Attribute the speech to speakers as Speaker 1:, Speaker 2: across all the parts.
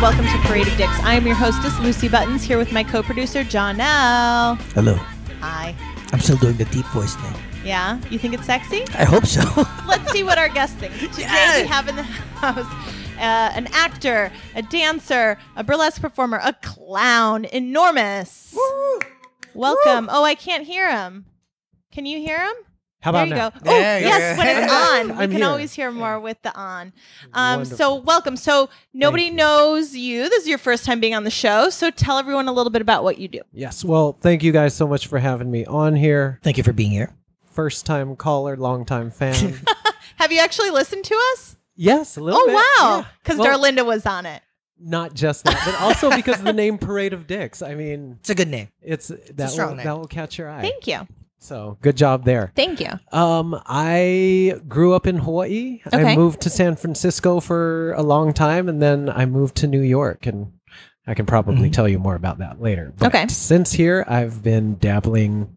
Speaker 1: welcome to Creative Dicks. I am your hostess, Lucy Buttons, here with my co producer, John L.
Speaker 2: Hello.
Speaker 1: Hi.
Speaker 2: I'm still doing the deep voice thing.
Speaker 1: Yeah? You think it's sexy?
Speaker 2: I hope so.
Speaker 1: Let's see what our guest thinks. Today we
Speaker 2: Yes.
Speaker 1: have in the house uh, an actor, a dancer, a burlesque performer, a clown, enormous. Welcome. Oh, I can't hear him. Can you hear him?
Speaker 3: How
Speaker 1: there
Speaker 3: about
Speaker 1: you
Speaker 3: now?
Speaker 1: go. Oh,
Speaker 2: There you
Speaker 1: yes,
Speaker 2: go.
Speaker 1: when it's on, we
Speaker 3: I'm
Speaker 1: can
Speaker 3: here.
Speaker 1: always hear more with the on. Um, so
Speaker 3: Wonderful.
Speaker 1: welcome. So nobody
Speaker 3: you.
Speaker 1: knows you. This is your first time being on the show. So tell everyone a little bit about what you do.
Speaker 3: Yes. Well, thank you guys so much for having me on here.
Speaker 2: Thank you for being here.
Speaker 3: First time caller, long time fan.
Speaker 1: Have you actually listened to us?
Speaker 3: yes, a little
Speaker 1: Oh
Speaker 3: bit.
Speaker 1: wow,
Speaker 3: yeah.
Speaker 1: because
Speaker 3: Well,
Speaker 1: Darlinda was on it.
Speaker 3: Not just that, but also because of the name Parade of Dicks. I mean,
Speaker 2: It's a good name.
Speaker 3: it's that
Speaker 2: strong
Speaker 3: will,
Speaker 2: name.
Speaker 3: that will catch your eye.
Speaker 1: Thank you.
Speaker 3: So good job there.
Speaker 1: Thank you.
Speaker 3: Um, I grew up in Hawaii.
Speaker 1: Okay.
Speaker 3: I moved to San Francisco for a long time, and then I moved to New York, and I can probably tell you more about that later. But
Speaker 1: Mm. Okay.
Speaker 3: Since here, I've been dabbling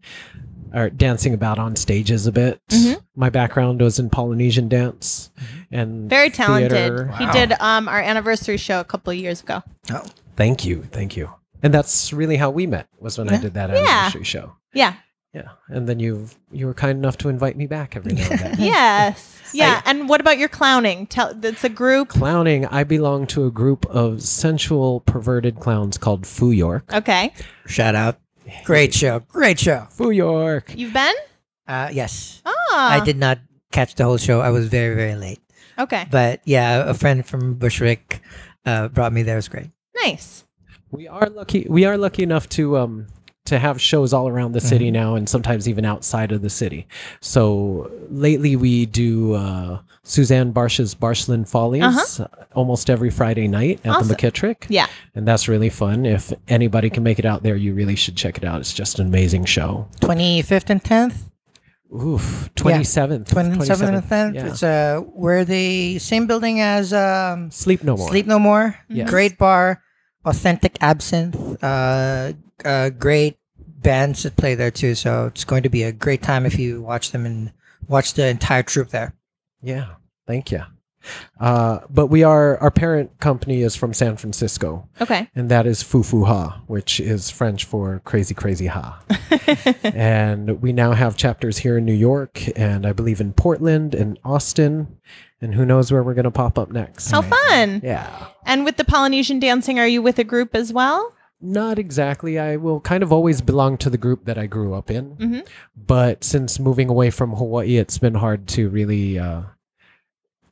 Speaker 3: or dancing about on stages a bit.
Speaker 1: Mhm.
Speaker 3: My background was in Polynesian dance and
Speaker 1: Mm-hmm. Very talented.
Speaker 3: theater.
Speaker 1: He did um, our anniversary show a couple of years ago.
Speaker 2: Oh.
Speaker 3: Thank you, thank you. And that's really how we met was when I did that anniversary show.
Speaker 1: Yeah.
Speaker 3: Yeah, and then you you were kind enough to invite me back every now and then.
Speaker 1: Yes. Yeah. and what about your clowning? Tell that's a group.
Speaker 3: clowning, I belong to a group of sensual, perverted clowns called Foo York.
Speaker 1: Okay.
Speaker 2: Shout out. Great show. Great show.
Speaker 3: Foo York.
Speaker 1: You've been?
Speaker 2: Uh, yes.
Speaker 1: Oh.
Speaker 2: I did not catch the whole show. I was very, very late.
Speaker 1: Okay.
Speaker 2: But yeah, a friend from Bushwick uh, brought me there. It was great.
Speaker 1: Nice.
Speaker 3: We are lucky. We are lucky enough to um to have shows all around the city
Speaker 2: Mm-hmm.
Speaker 3: now, and sometimes even outside of the city. So lately, we do uh, Suzanne Barsh's Barshland Follies uh, almost every Friday night at
Speaker 1: Uh-huh. Awesome.
Speaker 3: the McKittrick.
Speaker 1: Yeah.
Speaker 3: and that's really fun. If anybody can make it out there, you really should check it out. It's just an amazing show.
Speaker 2: 25th and 10th?
Speaker 3: Oof, twenty seventh,
Speaker 2: 27th and 10th.
Speaker 3: Yeah.
Speaker 2: It's uh, where the same building as um,
Speaker 3: Sleep no more.
Speaker 2: Sleep No More.
Speaker 3: Yes.
Speaker 2: Great bar, authentic absinthe, uh, uh, great bands that play there too. So it's going to be a great time if you watch them and watch the entire troupe there.
Speaker 3: Yeah, thank you. Uh, but we are our parent company is from San Francisco,
Speaker 1: Okay.
Speaker 3: and that is Fufu Ha, which is French for crazy, crazy ha. and we now have chapters here in New York, and I believe in Portland and Austin, and who knows where we're going to pop up next.
Speaker 1: How fun.
Speaker 3: Yeah,
Speaker 1: And with the Polynesian dancing, are you with a group as well?
Speaker 3: not exactly. I will kind of always belong to the group that I grew up in,
Speaker 2: Mm-hmm.
Speaker 1: Mhm.
Speaker 3: but since moving away from Hawaii, it's been hard to really uh,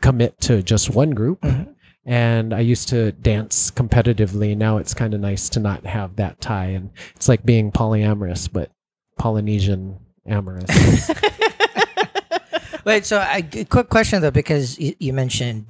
Speaker 3: commit to just one group.
Speaker 2: Mm-hmm.
Speaker 3: and I used to dance competitively. Now it's kind of nice to not have that tie, and it's like being polyamorous, but Polynesian amorous.
Speaker 2: Wait, so I, a quick question though, because you, you mentioned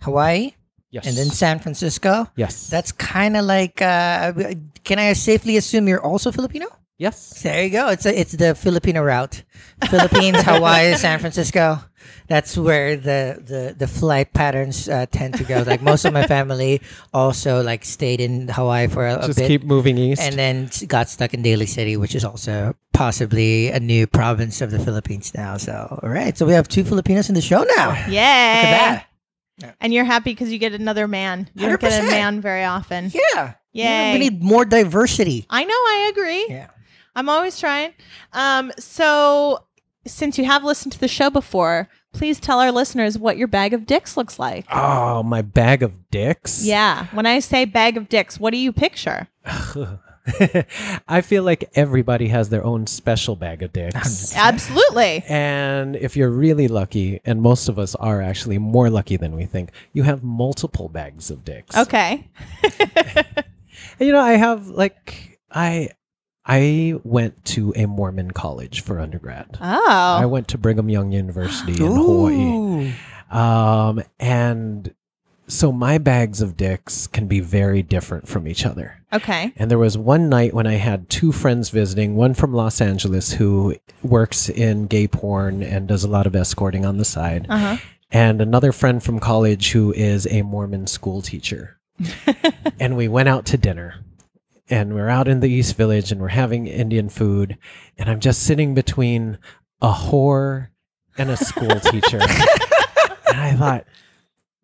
Speaker 2: Hawaii
Speaker 3: yes,
Speaker 2: and then San Francisco.
Speaker 3: yes,
Speaker 2: That's kind of like. Uh, can I safely assume you're also Filipino?
Speaker 3: yes,
Speaker 2: There you go. It's a, it's the Filipino route. Philippines, Hawaii, San Francisco. That's where the the, the flight patterns uh, tend to go. Like most of my family also like stayed in Hawaii for a, a
Speaker 3: just
Speaker 2: bit.
Speaker 3: keep moving east.
Speaker 2: and then s- got stuck in Daly City, which is also possibly a new province of the Philippines now. So, all right. So we have two Filipinos in the show now. Look
Speaker 1: Yay.
Speaker 2: at that.
Speaker 1: And you're happy because you get another man. You don't get a
Speaker 2: 100%.
Speaker 1: man very often.
Speaker 2: Yeah.
Speaker 1: Yay.
Speaker 2: We need more diversity.
Speaker 1: I know, I agree.
Speaker 2: Yeah.
Speaker 1: I'm always trying. Um, so, since you have listened to the show before, please tell our listeners what your bag of dicks looks like.
Speaker 3: oh, my bag of dicks.
Speaker 1: Yeah. When I say bag of dicks, what do you picture?
Speaker 3: I feel like everybody has their own special bag of dicks.
Speaker 1: Absolutely.
Speaker 3: And if you're really lucky, and most of us are actually more lucky than we think, you have multiple bags of dicks.
Speaker 1: Okay.
Speaker 3: And, you know i have like i i went to a mormon college for undergrad i
Speaker 1: Oh.
Speaker 3: went to brigham young university in hawaii um, and so my bags of dicks can be very different from each other
Speaker 1: Okay.
Speaker 3: and there was one night when I had two friends visiting, one from Los Angeles who works in gay porn and does a lot of escorting on the side,
Speaker 1: Uh-huh.
Speaker 3: and another friend from college who is a Mormon school teacher. and we went out to dinner. And we're out in the East Village and we're having Indian food. And I'm just sitting between a whore and a school teacher. and I thought,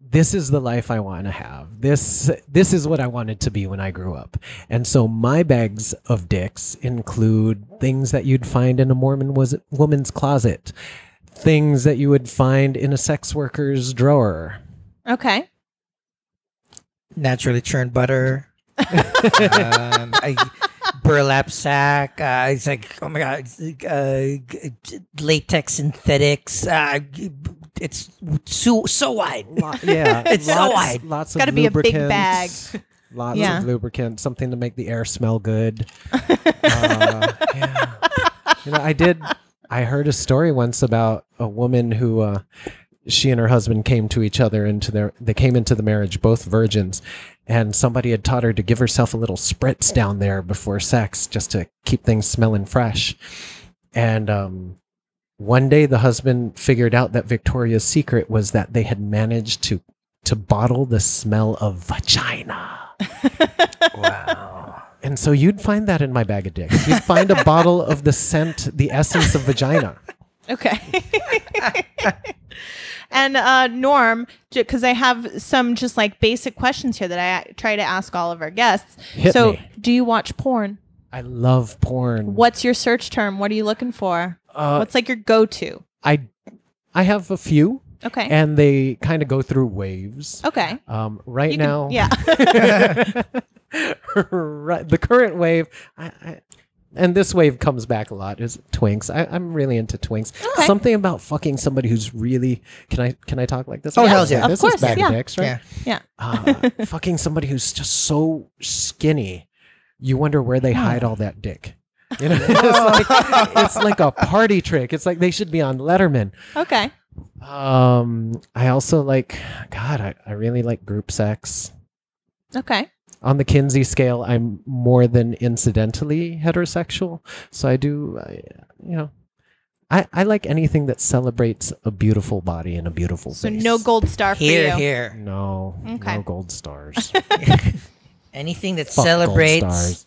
Speaker 3: this is the life I want to have. This this is what I wanted to be when I grew up. And so my bags of dicks include things that you'd find in a Mormon was woman's closet, things that you would find in a sex worker's drawer.
Speaker 1: Okay.
Speaker 2: naturally churned butter, um, a burlap sack. Uh, it's like oh my god, it's like, uh, g- g- latex synthetics. Uh, g- it's so so wide.
Speaker 3: Lo- yeah,
Speaker 2: It's so
Speaker 3: lots,
Speaker 2: wide.
Speaker 3: Lots
Speaker 1: Gotta
Speaker 3: of
Speaker 1: be a big
Speaker 3: lubricants,
Speaker 1: bag.
Speaker 3: Lots
Speaker 1: Yeah.
Speaker 3: of lubricant, something to make the air smell good. Uh, yeah. You know, I did. I heard a story once about a woman who uh, she and her husband came to each other into their. They came into the marriage both virgins, and somebody had taught her to give herself a little spritz down there before sex just to keep things smelling fresh. And um, one day, the husband figured out that Victoria's secret was that they had managed to to bottle the smell of vagina.
Speaker 2: Wow.
Speaker 3: And so you'd find that in my bag of dicks. You'd find a bottle of the scent, the essence of vagina.
Speaker 1: Okay. and uh, Norm, because I have some just like basic questions here that I try to ask all of our guests.
Speaker 3: Hit
Speaker 1: so,
Speaker 3: me.
Speaker 1: do you watch porn?
Speaker 3: I love porn.
Speaker 1: What's your search term? What are you looking for?
Speaker 3: Uh,
Speaker 1: What's like your go to?
Speaker 3: I I have a few,
Speaker 1: Okay.
Speaker 3: and they kind of go through waves.
Speaker 1: okay.
Speaker 3: Um, right
Speaker 1: You can-
Speaker 3: now,
Speaker 1: yeah.
Speaker 3: right, the current wave, I, I, and this wave comes back a lot is twinks. I, I'm really into twinks.
Speaker 1: Okay.
Speaker 3: Something about fucking somebody who's really can I can I talk like this?
Speaker 2: Oh,
Speaker 3: This
Speaker 2: hell
Speaker 3: is-
Speaker 2: yeah.
Speaker 1: Of
Speaker 3: This
Speaker 1: course,
Speaker 3: is bag of
Speaker 1: yeah.
Speaker 3: dicks, right?
Speaker 2: Yeah.
Speaker 1: yeah.
Speaker 3: uh, fucking somebody who's just so skinny, you wonder where they hide all that dick. You know, it's, like, it's like a party trick. It's like they should be on Letterman.
Speaker 1: Okay.
Speaker 3: Um, I also like, God, I, I really like group sex.
Speaker 1: Okay.
Speaker 3: On the Kinsey scale, I'm more than incidentally heterosexual, so I do, I, you know, I, I like anything that celebrates a beautiful body and a beautiful
Speaker 1: So,
Speaker 3: face.
Speaker 1: no gold star for
Speaker 2: Here,
Speaker 1: you.
Speaker 2: here.
Speaker 3: no,
Speaker 1: Okay.
Speaker 3: no gold stars.
Speaker 2: Anything that
Speaker 3: Fuck gold
Speaker 2: celebrates
Speaker 3: stars.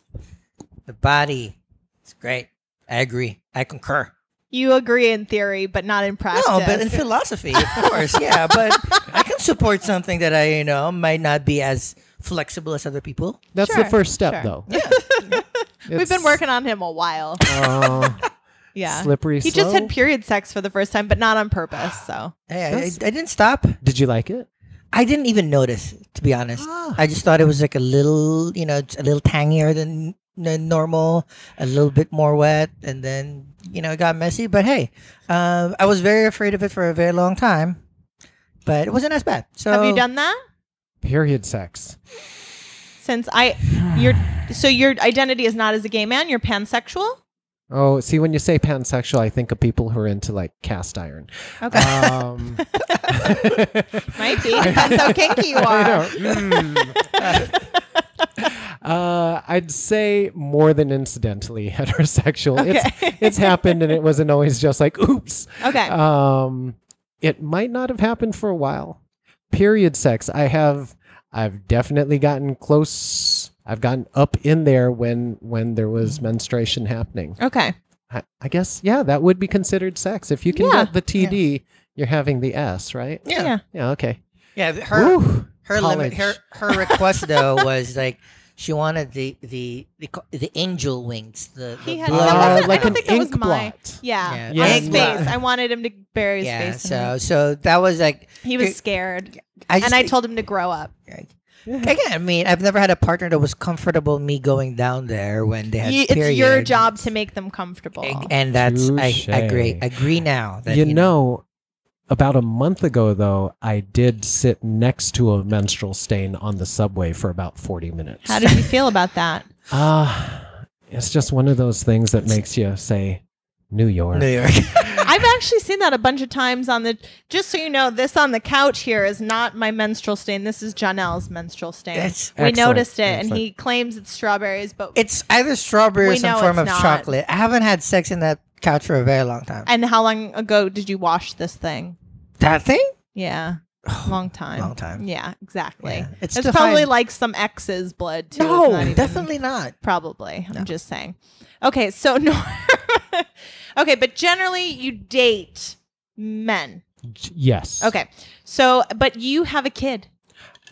Speaker 2: the body, it's great. I agree. I concur.
Speaker 1: You agree in theory, but not in practice.
Speaker 2: No, but in philosophy, of course, yeah. But I can support something that I, you know, might not be as flexible as other people.
Speaker 3: That's
Speaker 1: Sure,
Speaker 3: the first step,
Speaker 1: sure.
Speaker 3: though.
Speaker 1: We've been
Speaker 3: It's,
Speaker 1: working on him a while.
Speaker 3: uh,
Speaker 1: Yeah.
Speaker 3: Slippery
Speaker 1: He just had
Speaker 3: slope.
Speaker 1: period sex for the first time, but not on purpose. So,
Speaker 2: Hey, I, I,
Speaker 3: That's-
Speaker 2: I didn't stop.
Speaker 3: Did you like it?
Speaker 2: I didn't even notice, to be honest.
Speaker 3: Ah.
Speaker 2: I just thought it was like a little, you know, a little tangier than, than normal, a little bit more wet, and then you know it got messy. But hey, um, I was very afraid of it for a very long time, but it wasn't as bad. So
Speaker 1: have you done that?
Speaker 3: Period sex.
Speaker 1: Since I, your, so your identity is not as a gay man. You're pansexual.
Speaker 3: Oh, see, when you say pansexual, I think of people who are into like cast iron.
Speaker 1: Okay,
Speaker 3: Um,
Speaker 1: might be depends how kinky you
Speaker 3: I
Speaker 1: are.
Speaker 3: don't- mm. uh, I'd say more than incidentally heterosexual.
Speaker 1: Okay.
Speaker 3: It's it's happened, and it wasn't always just like oops.
Speaker 1: Okay,
Speaker 3: Um, it might not have happened for a while. Period sex. I have. I've definitely gotten close. I've gotten up in there when when there was
Speaker 1: Mm-hmm.
Speaker 3: menstruation happening.
Speaker 1: okay,
Speaker 3: I, I guess yeah, that would be considered sex if you can
Speaker 1: Yeah.
Speaker 3: get the TD. You're having the S, right?
Speaker 1: yeah.
Speaker 2: Yeah,
Speaker 3: Yeah. Okay.
Speaker 2: yeah. Her
Speaker 3: Whew.
Speaker 2: her limit, her
Speaker 3: College.
Speaker 2: her request though was like she wanted the the the, co- the angel wings. The, the
Speaker 1: He had-
Speaker 2: blue-
Speaker 1: that
Speaker 3: Uh,
Speaker 1: wasn't- I
Speaker 3: like
Speaker 1: don't
Speaker 3: an
Speaker 1: think that was
Speaker 3: ink
Speaker 1: my-
Speaker 3: blot.
Speaker 1: yeah.
Speaker 2: Yeah.
Speaker 1: On
Speaker 3: Yeah.
Speaker 1: his face, I wanted him to bury his
Speaker 2: yeah.
Speaker 1: face. in there.
Speaker 2: So so that was like
Speaker 1: he was scared,
Speaker 2: I just
Speaker 1: and I told him to grow up.
Speaker 2: Again, I mean, I've never had a partner that was comfortable me going down there when they had
Speaker 1: You,
Speaker 2: periods.
Speaker 1: it's your job to make them comfortable.
Speaker 2: And- And that's I
Speaker 3: Touche.
Speaker 2: I agree agree now. That,
Speaker 3: you know, about a month ago though, I did sit next to a menstrual stain on the subway for about forty minutes.
Speaker 1: How did you feel about that?
Speaker 3: Uh, it's just one of those things that makes you say, New York.
Speaker 2: New York.
Speaker 1: I've actually seen that a bunch of times on the. Just so you know, this on the couch here is not my menstrual stain. This is Janelle's menstrual stain.
Speaker 2: That's-
Speaker 1: we
Speaker 3: Excellent,
Speaker 1: noticed it, and
Speaker 3: excellent.
Speaker 1: he claims it's strawberries, but
Speaker 2: it's either strawberry or
Speaker 1: We
Speaker 2: some
Speaker 1: know it's
Speaker 2: form of
Speaker 1: not.
Speaker 2: chocolate. I haven't had sex in that couch for a very long time.
Speaker 1: and how long ago did you wash this thing?
Speaker 2: that thing?
Speaker 1: Yeah, long time.
Speaker 2: Long time.
Speaker 1: Yeah, exactly.
Speaker 2: Yeah.
Speaker 1: It's,
Speaker 2: still
Speaker 1: probably
Speaker 2: fine.
Speaker 1: like some ex's blood too. It's not
Speaker 2: no,
Speaker 1: even-
Speaker 2: definitely not.
Speaker 1: Probably. I'm just saying. Okay, so no. okay, but generally you date men.
Speaker 3: J- Yes.
Speaker 1: Okay. So, but you have a kid.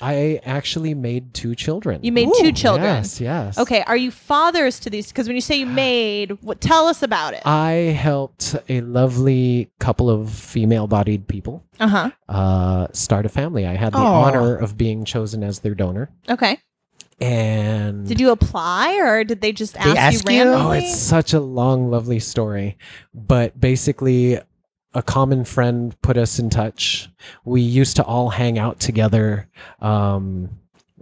Speaker 3: I actually made two children.
Speaker 1: You made two children.
Speaker 3: Yes, yes.
Speaker 1: Okay. Are you fathers to these? Because when you say you made, what, tell us about
Speaker 2: Uh,
Speaker 1: it.
Speaker 3: I helped a lovely couple of female bodied people
Speaker 1: Uh huh.
Speaker 3: uh, start a family. I had the
Speaker 2: Aw.
Speaker 3: honor of being chosen as their donor.
Speaker 1: Okay.
Speaker 2: mm.
Speaker 3: And
Speaker 1: Did you apply or did they just ask,
Speaker 2: ask
Speaker 1: you
Speaker 2: you?
Speaker 1: randomly?
Speaker 3: Oh, it's such a long, lovely story. But basically, a common friend put us in touch. We used to all hang out together. Um,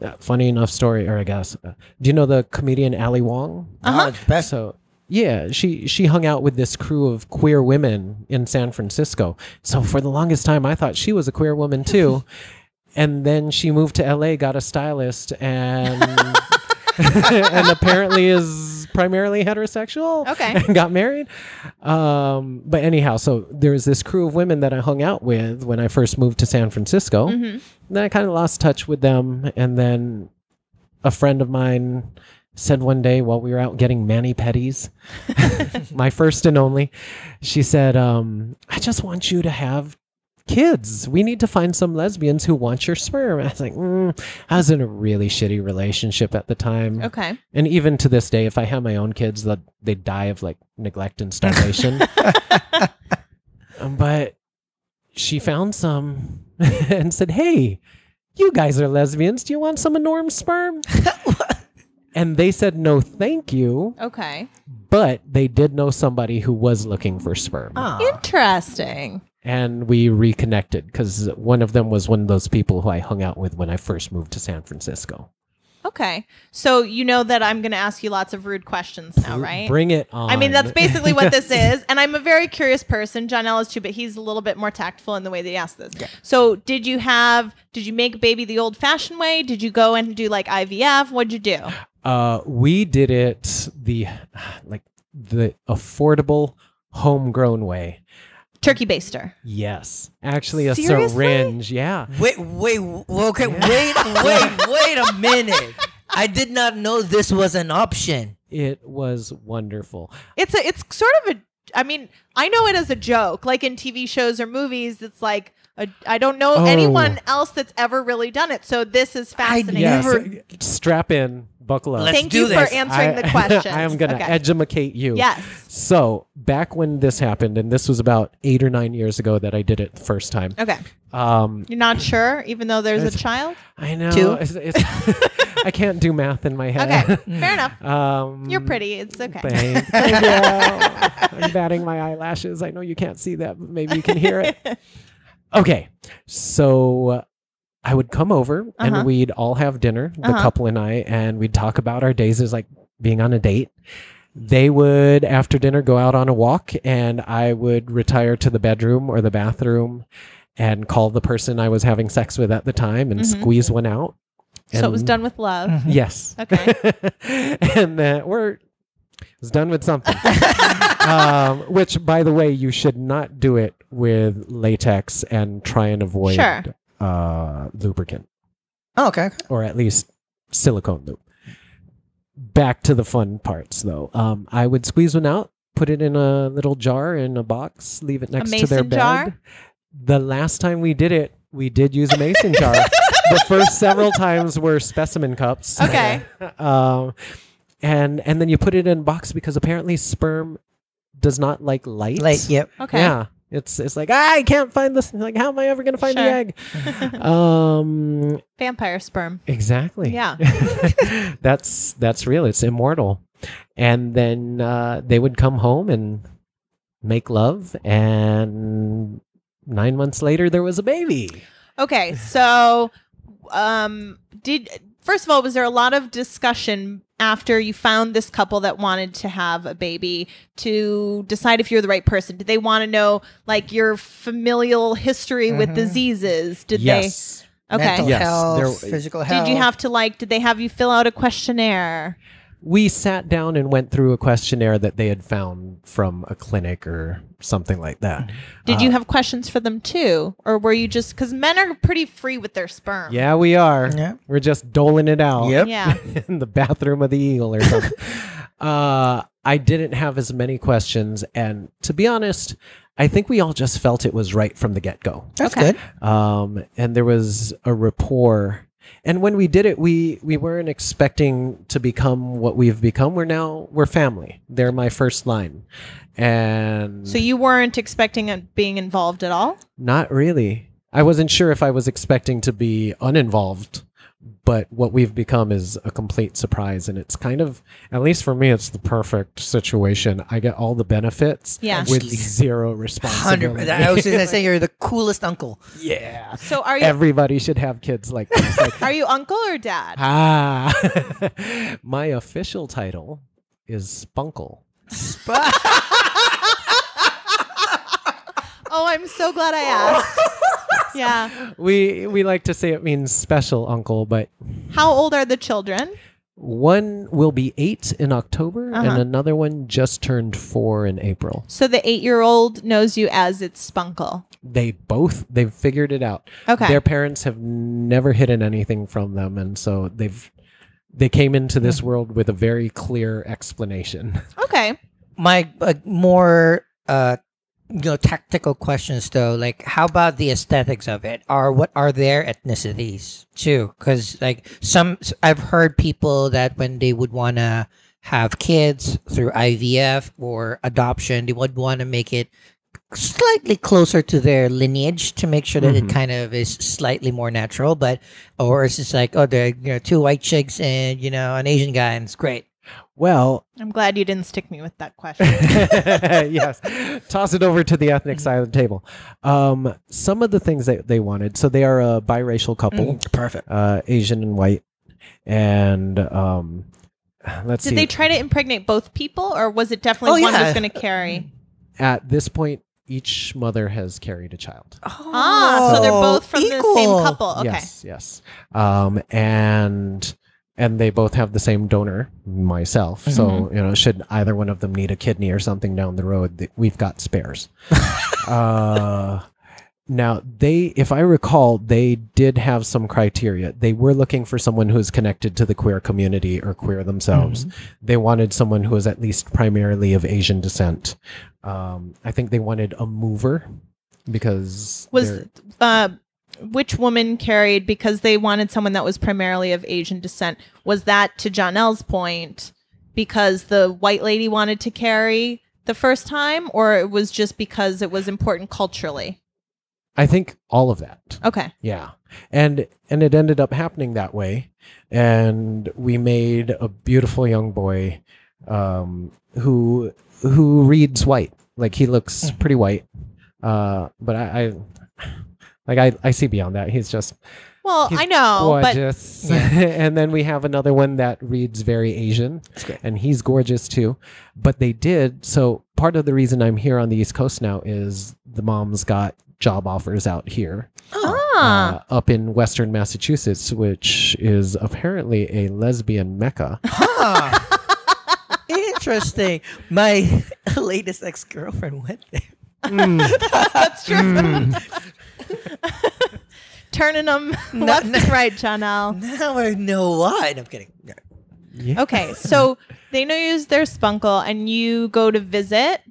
Speaker 3: uh, funny enough story, or I guess. uh, do you know the comedian Ali Wong?
Speaker 1: Uh-huh.
Speaker 2: Oh, it's best.
Speaker 3: So yeah, she she hung out with this crew of queer women in San Francisco. So for the longest time, I thought she was a queer woman too. And then she moved to LA, got a stylist, and and apparently is primarily heterosexual.
Speaker 1: Okay.
Speaker 3: and got married. Um, but anyhow, so there was this crew of women that I hung out with when I first moved to San Francisco.
Speaker 1: Mm-hmm.
Speaker 3: Then I kind of lost touch with them, and then a friend of mine said one day while we were out getting mani pedis, my first and only, she said, um, "I just want you to have." Kids, we need to find some lesbians who want your sperm. I was like, mm. I was in a really shitty relationship at the time.
Speaker 1: Okay.
Speaker 3: And even to this day, if I have my own kids, that they die of like neglect and starvation. Um, but she found some and said, "Hey, you guys are lesbians. Do you want some of Norm's sperm?" and they said, "No, thank you."
Speaker 1: Okay.
Speaker 3: But they did know somebody who was looking for sperm,
Speaker 1: Oh.
Speaker 2: Ah.
Speaker 1: Interesting.
Speaker 3: and we reconnected because one of them was one of those people who I hung out with when I first moved to San Francisco.
Speaker 1: Okay. So you know that I'm going to ask you lots of rude questions now, right?
Speaker 3: Bring it on.
Speaker 1: I mean, that's basically what this is. And I'm a very curious person. John L is too, but he's a little bit more tactful in the way that he asked this. So, did you have, did you make a baby the old fashioned way? Did you go and do like IVF? What'd you do?
Speaker 3: Uh, we did it the like the affordable homegrown way.
Speaker 1: Turkey baster.
Speaker 3: Yes, actually a
Speaker 1: Seriously?
Speaker 3: syringe. Yeah,
Speaker 2: Wait, wait, w- okay, wait, wait, wait a minute. I did not know this was an option.
Speaker 3: it was wonderful.
Speaker 1: It's a, it's sort of a, I mean, I know it as a joke, like in TV shows or movies. It's like, a, I don't know
Speaker 3: Oh.
Speaker 1: anyone else that's ever really done it. So, this is fascinating.
Speaker 3: Yes,
Speaker 2: never-
Speaker 3: strap in, buckle up.
Speaker 2: Let's
Speaker 1: Thank
Speaker 2: do
Speaker 1: you
Speaker 2: this.
Speaker 1: for answering
Speaker 3: I-
Speaker 1: the question.
Speaker 3: I am gonna edumacate you.
Speaker 1: Yes.
Speaker 3: So back when this happened, and this was about eight or nine years ago that I did it the first time.
Speaker 1: Okay.
Speaker 3: Um,
Speaker 1: You're not sure, even though there's a
Speaker 3: It's-
Speaker 1: child?
Speaker 3: I know
Speaker 2: Two?
Speaker 3: it's, it's, I can't do math in my
Speaker 1: Okay.
Speaker 3: head.
Speaker 1: Fair enough.
Speaker 3: Um,
Speaker 1: You're pretty. It's okay.
Speaker 3: Thank thank you. I'm batting my eyelashes. I know you can't see that, but maybe you can hear it. Okay. So uh, I would come over
Speaker 1: Uh-huh.
Speaker 3: and we'd all have dinner, the
Speaker 1: Uh-huh.
Speaker 3: couple and I, and we'd talk about our days as like being on a date. They would, after dinner, go out on a walk, and I would retire to the bedroom or the bathroom and call the person I was having sex with at the time and
Speaker 1: Mhm.
Speaker 3: squeeze one out.
Speaker 1: So it was
Speaker 3: And- Mm.
Speaker 1: done with love.
Speaker 3: Yes.
Speaker 1: Mm-hmm. Okay.
Speaker 3: and uh, we're was done with something. um, which, by the way, you should not do it with latex and try and avoid
Speaker 1: Sure.
Speaker 3: uh, lubricant
Speaker 2: Oh, okay. okay.
Speaker 3: or at least silicone lube. Back to the fun parts, though. Um, I would squeeze one out, put it in a little jar in a box, leave it next to their
Speaker 1: mason
Speaker 3: bed.
Speaker 1: jar?
Speaker 3: The last time we did it, we did use a mason jar. The first several times were specimen cups.
Speaker 1: Okay.
Speaker 3: um, and and then you put it in a box because apparently sperm does not like light.
Speaker 2: Like, yep.
Speaker 1: Okay.
Speaker 3: Yeah. It's it's like "Ah, I can't find this. Like how am I ever gonna find
Speaker 1: Sure.
Speaker 3: the egg? um,
Speaker 1: Vampire sperm.
Speaker 3: Exactly.
Speaker 1: Yeah.
Speaker 3: that's that's real. It's immortal. And then uh, they would come home and make love, and nine months later there was a baby.
Speaker 1: Okay. So, um, did first of all, was there a lot of discussion after you found this couple that wanted to have a baby to decide if you're the right person? Did they want to know like your familial history with
Speaker 2: Mhm.
Speaker 1: diseases? Did
Speaker 3: Mm-hmm. yes.
Speaker 1: they? Okay.
Speaker 2: Mental
Speaker 3: Yes,
Speaker 2: health,
Speaker 3: there-
Speaker 2: physical health.
Speaker 1: Did you have to like? Did they have you fill out a questionnaire?
Speaker 3: We sat down and went through a questionnaire that they had found from a clinic or something like that.
Speaker 1: Did you have questions for them too, or were you just because men are pretty free with their sperm?
Speaker 3: Yeah, we are.
Speaker 2: Yeah.
Speaker 3: We're just doling it out
Speaker 2: Yep.
Speaker 1: Yeah.
Speaker 3: in the bathroom of the eagle or something. uh, I didn't have as many questions. And to be honest, I think we all just felt it was right from the get go.
Speaker 2: That's
Speaker 1: Okay.
Speaker 2: good.
Speaker 3: Um, and there was a rapport. And when we did it, we, we weren't expecting to become what we've become. We're now, we're family. They're my first line. And
Speaker 1: So you weren't expecting it being involved at all?
Speaker 3: not really. I wasn't sure if I was expecting to be uninvolved, but what we've become is a complete surprise. And it's kind of, at least for me, it's the perfect situation. I get all the benefits
Speaker 1: Yeah.
Speaker 3: with
Speaker 2: Actually,
Speaker 3: zero
Speaker 2: Hundred.
Speaker 3: responsibility.
Speaker 2: percent. I was just gonna say you're the coolest uncle.
Speaker 3: yeah.
Speaker 1: So are you
Speaker 3: Everybody should have kids like this. Like,
Speaker 1: are you uncle or dad?
Speaker 3: ah. My official title is Spunkle.
Speaker 1: Oh, I'm so glad I asked. yeah.
Speaker 3: We, we like to say it means special uncle, but
Speaker 1: How old are the children?
Speaker 3: One will be eight in October,
Speaker 1: Uh-huh.
Speaker 3: and another one just turned four in April.
Speaker 1: So the eight-year-old knows you as its spunkle.
Speaker 3: They both they've figured it out.
Speaker 1: Okay.
Speaker 3: Their parents have never hidden anything from them, and so they've they came into this world with a very clear explanation.
Speaker 1: okay.
Speaker 2: My uh, more uh, you know tactical questions though, like how about the aesthetics of it? Are what are their ethnicities too? Because like some, I've heard people that when they would wanna have kids through IVF or adoption, they would wanna make it slightly closer to their lineage to make sure that
Speaker 3: Mhm.
Speaker 2: it kind of is slightly more natural but or it's just like oh they're you know two white chicks and you know an asian guy and it's great
Speaker 3: Well,
Speaker 1: I'm glad you didn't stick me with that question.
Speaker 3: yes. Toss it over to the ethnic side of the table. Um, some of the things that they wanted. So they are a biracial couple,
Speaker 1: Mm-hmm.
Speaker 2: perfect
Speaker 3: uh, Asian and white, and um, let's see.
Speaker 1: Did they try to impregnate both people, or was it definitely
Speaker 2: Oh,
Speaker 1: one
Speaker 2: yeah.
Speaker 1: who's going to carry?
Speaker 3: at this point, each mother has carried a child.
Speaker 1: Ah, so they're both from the same
Speaker 2: Oh, equal.
Speaker 1: couple. Okay.
Speaker 3: Yes, yes. Um, and and they both have the same donor, myself. So
Speaker 1: Mm-hmm.
Speaker 3: you know, should either one of them need a kidney or something down the road, th- we've got spares. uh, now they, if I recall, they did have some criteria. They were looking for someone who is connected to the queer community or queer themselves.
Speaker 1: Mm-hmm.
Speaker 3: They wanted someone who was at least primarily of Asian descent. Um, I think they wanted a mover because
Speaker 1: Was
Speaker 3: they're-
Speaker 1: uh, which woman carried because they wanted someone that was primarily of Asian descent? Was that to John L's point because the white lady wanted to carry the first time, or it was just because it was important culturally?
Speaker 3: I think all of that.
Speaker 1: Okay.
Speaker 3: Yeah. And and it ended up happening that way. And we made a beautiful young boy um who who reads white. Like he
Speaker 2: Mm-hmm.
Speaker 3: looks pretty white. Uh but I, I like I, I see beyond that. He's just
Speaker 1: Well,
Speaker 3: He's
Speaker 1: I know,
Speaker 2: Oh,
Speaker 1: but
Speaker 3: gorgeous. and then we have another one that reads very Asian.
Speaker 2: That's great.
Speaker 3: And he's gorgeous too. But they did. So part of the reason I'm here on the East Coast now is the mom's got job offers out here
Speaker 1: ah,
Speaker 3: uh, up in Western Massachusetts, which is apparently a lesbian mecca.
Speaker 2: Huh. Ah. Interesting. My latest ex girlfriend went there.
Speaker 1: that's true. Turning them
Speaker 2: No,
Speaker 1: left
Speaker 2: no.
Speaker 1: and right, John L.
Speaker 2: Now I know why. No, I'm kidding. No.
Speaker 3: Yeah.
Speaker 1: Okay, so they know you as their spunkle, and you go to visit.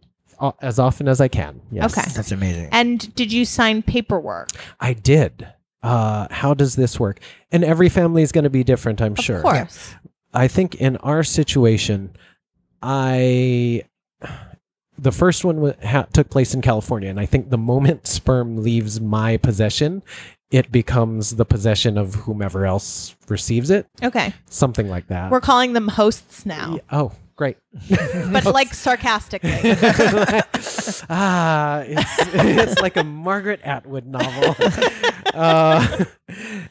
Speaker 3: O- As often as I can. Yes.
Speaker 1: Okay.
Speaker 2: That's amazing.
Speaker 1: And did you sign paperwork?
Speaker 3: I did. Uh, how does this work? And every family is going to be different, I'm sure.
Speaker 1: Of course.
Speaker 3: I think in our situation, I the first one wa- ha- took place in California, and I think the moment sperm leaves my possession, it becomes the possession of whomever else receives it,
Speaker 1: Okay,
Speaker 3: something like that.
Speaker 1: we're calling them hosts now,
Speaker 3: Uh, Yeah, oh, great!
Speaker 1: but like sarcastically.
Speaker 3: ah, it's, it's like a Margaret Atwood novel. uh,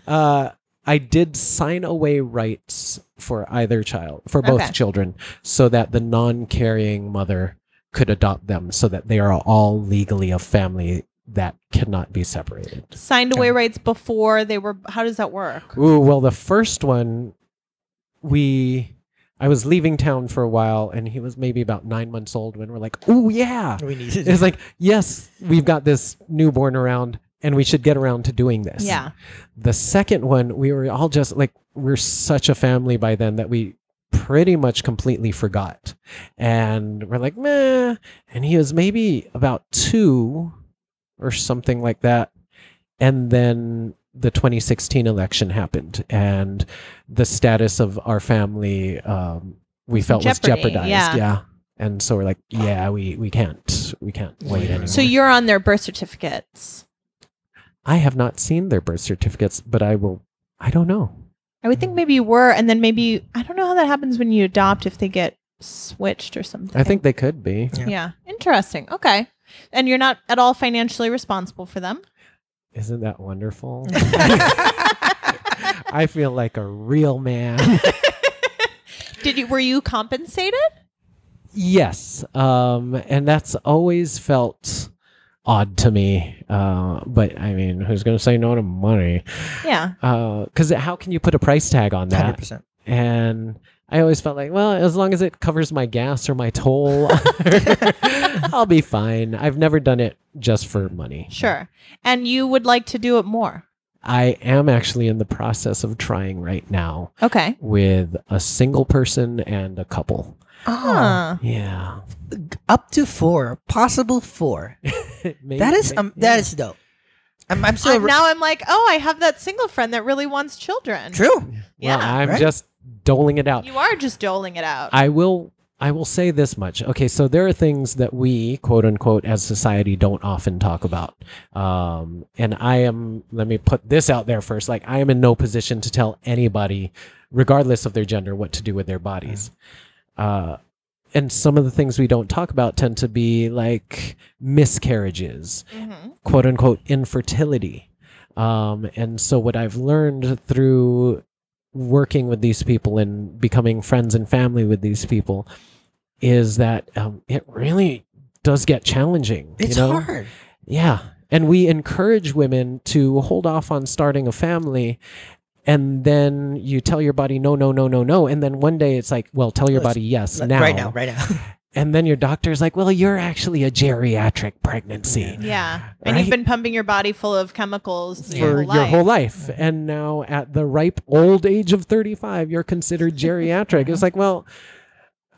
Speaker 3: uh, I did sign away rights for either child, for both
Speaker 1: Okay.
Speaker 3: children, so that the non carrying mother could adopt them, so that they are all legally a family that cannot be separated.
Speaker 1: Signed away rights before they were. How does that work?
Speaker 3: Ooh, well, the first one, we. I was leaving town for a while, and he was maybe about nine months old when we're like, "Oh yeah,
Speaker 2: We need to
Speaker 3: it's like, yes, we've got this newborn around and we should get around to doing this.
Speaker 1: Yeah.
Speaker 3: The second one, we were all just like, we're such a family by then that we pretty much completely forgot. And we're like, meh. And he was maybe about two or something like that. And then the 2016 election happened, and the status of our family um, we felt was
Speaker 1: Jeopardy,
Speaker 3: jeopardized.
Speaker 1: yeah.
Speaker 3: And so we're like, yeah, we, we can't. We can't wait
Speaker 2: Yeah.
Speaker 3: anymore.
Speaker 1: So you're on their birth certificates.
Speaker 3: I have not seen their birth certificates, but I will. I don't know.
Speaker 1: I would think maybe you were, and then maybe you- I don't know how that happens when you adopt if they get switched or
Speaker 2: Eh.
Speaker 1: something.
Speaker 3: I think they could be.
Speaker 1: Yeah. Interesting. Okay. And you're not at all financially responsible for them.
Speaker 3: Isn't that wonderful? I feel like a real man.
Speaker 1: Did you? Were you compensated?
Speaker 3: yes. Um, and that's always felt odd to me. Uh, but I mean, who's going to say no to money?
Speaker 1: Yeah.
Speaker 3: Because how can you put a price tag on
Speaker 2: Hundred
Speaker 3: that?
Speaker 2: percent.
Speaker 3: And I always felt like, well, as long as it covers my gas or my toll, I'll be fine. I've never done it just for money.
Speaker 1: Sure. And you would like to do it more.
Speaker 3: I am actually in the process of trying right now
Speaker 1: Okay.
Speaker 3: with a single person and a couple.
Speaker 2: Oh,
Speaker 1: Huh.
Speaker 3: Yeah.
Speaker 2: up to four, possible four. That is um, that is dope. I'm, I'm so
Speaker 1: I'm- now I'm like, oh, I have that single friend that really wants children.
Speaker 2: true.
Speaker 1: Yeah.
Speaker 3: Well, I'm
Speaker 2: Right?
Speaker 3: just doling it out.
Speaker 1: You are just doling it out.
Speaker 3: I will I will say this much. Okay, so there are things that we, quote unquote, as society don't often talk about. Um, and I am, let me put this out there first. Like, I am in no position to tell anybody, regardless of their gender, what to do with their bodies.
Speaker 2: Mm.
Speaker 3: Uh, and some of the things we don't talk about tend to be like miscarriages,
Speaker 1: Mhm.
Speaker 3: quote unquote infertility. Um, and so what I've learned through working with these people and becoming friends and family with these people is that um, it really does get challenging.
Speaker 2: It's
Speaker 3: you know?
Speaker 2: hard.
Speaker 3: Yeah. And we encourage women to hold off on starting a family. And then you tell your body, no, no, no, no, no. And then one day it's like, well, tell your
Speaker 2: Let's-
Speaker 3: body yes
Speaker 2: Like,
Speaker 3: now.
Speaker 2: Right now, right now.
Speaker 3: And then your doctor's like, well, you're actually a geriatric pregnancy
Speaker 1: yeah. And you've
Speaker 3: Right?
Speaker 1: been pumping your body full of chemicals
Speaker 3: for
Speaker 1: your, whole
Speaker 3: your whole
Speaker 1: life. Mm-hmm.
Speaker 3: life. And now at the ripe old age of 35, you're considered
Speaker 1: Mm-hmm.
Speaker 3: geriatric. it's like, well,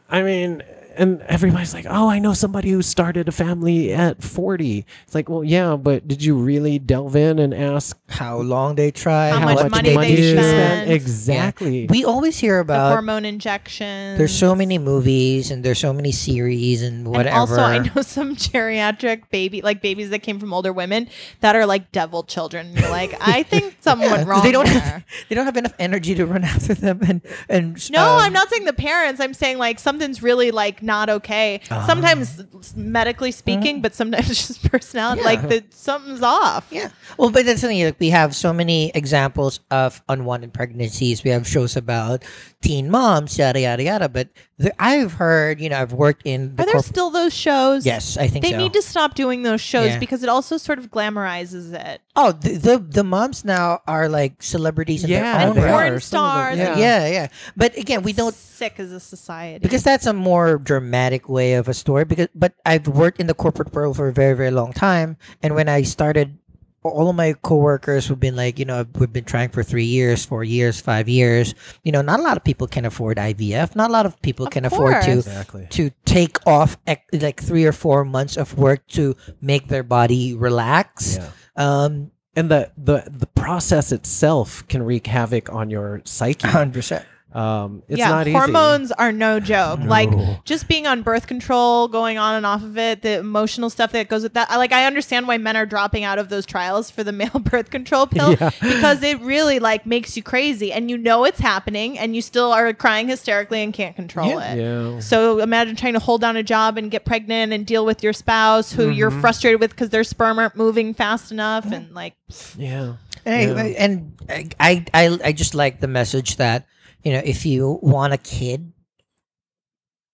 Speaker 3: I mean, and everybody's like, oh, I know somebody who started a family at 40. It's like, well, yeah, but did you really delve in and ask
Speaker 2: How long they try?
Speaker 1: How
Speaker 2: what
Speaker 1: much
Speaker 2: did
Speaker 1: money they
Speaker 2: do.
Speaker 3: you
Speaker 1: spend.
Speaker 3: Exactly.
Speaker 2: We always hear
Speaker 1: The
Speaker 2: about
Speaker 1: hormone injections.
Speaker 2: there's so many movies and there's so many series and whatever.
Speaker 1: And also, I know some geriatric baby, like babies that came from older women that are like devil children. And You're like, I think someone
Speaker 2: Yeah, 'cause
Speaker 1: wrong.
Speaker 2: they don't
Speaker 1: there.
Speaker 2: have they don't have enough energy to run after them and and
Speaker 1: No,
Speaker 2: um,
Speaker 1: I'm not saying the parents. I'm saying like something's really like not okay.
Speaker 2: Uh-huh.
Speaker 1: sometimes s- medically speaking, but sometimes just personality.
Speaker 2: Mm-hmm. Yeah.
Speaker 1: Like the something's off.
Speaker 2: Yeah. Well, but that's something like we have so many examples of unwanted pregnancies. We have shows about teen moms, yada yada yada. But the, I've heard, you know, I've worked in the
Speaker 1: Are there
Speaker 2: corp-
Speaker 1: still those shows?
Speaker 2: yes, I think
Speaker 1: They
Speaker 2: so.
Speaker 1: need to stop doing those shows
Speaker 2: Yeah.
Speaker 1: because it also sort of glamorizes it.
Speaker 2: oh, the, the the moms now are like celebrities in
Speaker 3: yeah,
Speaker 2: their
Speaker 1: And
Speaker 2: own
Speaker 3: they
Speaker 2: right.
Speaker 1: porn
Speaker 3: are. Some of them-
Speaker 1: stars.
Speaker 2: Yeah.
Speaker 1: Yeah.
Speaker 2: yeah, But again, we don't
Speaker 1: sick as a society
Speaker 2: because that's a more dramatic way of a story because but i've worked in the corporate world for a very very long time and when i started all of my coworkers who've been like you know we've been trying for three years four years five years you know not a lot of people can afford ivf not a lot of people
Speaker 1: Of
Speaker 2: can afford to
Speaker 1: course.
Speaker 3: Exactly.
Speaker 2: to take off ec- like three or four months of work to make their body relax
Speaker 3: Yeah.
Speaker 2: um
Speaker 3: And the, the, the process itself can wreak havoc on your psyche.
Speaker 2: 100%
Speaker 3: Um, it's
Speaker 1: yeah,
Speaker 3: not easy.
Speaker 1: hormones are no joke. Like
Speaker 3: No.
Speaker 1: just being on birth control, going on and off of it, the emotional stuff that goes with that. I, like I understand why men are dropping out of those trials for the male birth control pill
Speaker 3: Yeah.
Speaker 1: because it really like makes you crazy and you know it's happening and you still are crying hysterically and can't control it.
Speaker 3: Yeah.
Speaker 1: So imagine trying to hold down a job and get pregnant and deal with your spouse who you're
Speaker 3: Mm-hmm.
Speaker 1: frustrated with because their sperm aren't moving fast enough and like
Speaker 3: Yeah.
Speaker 2: Hey, and I, I I just like the message that you know if you want a kid.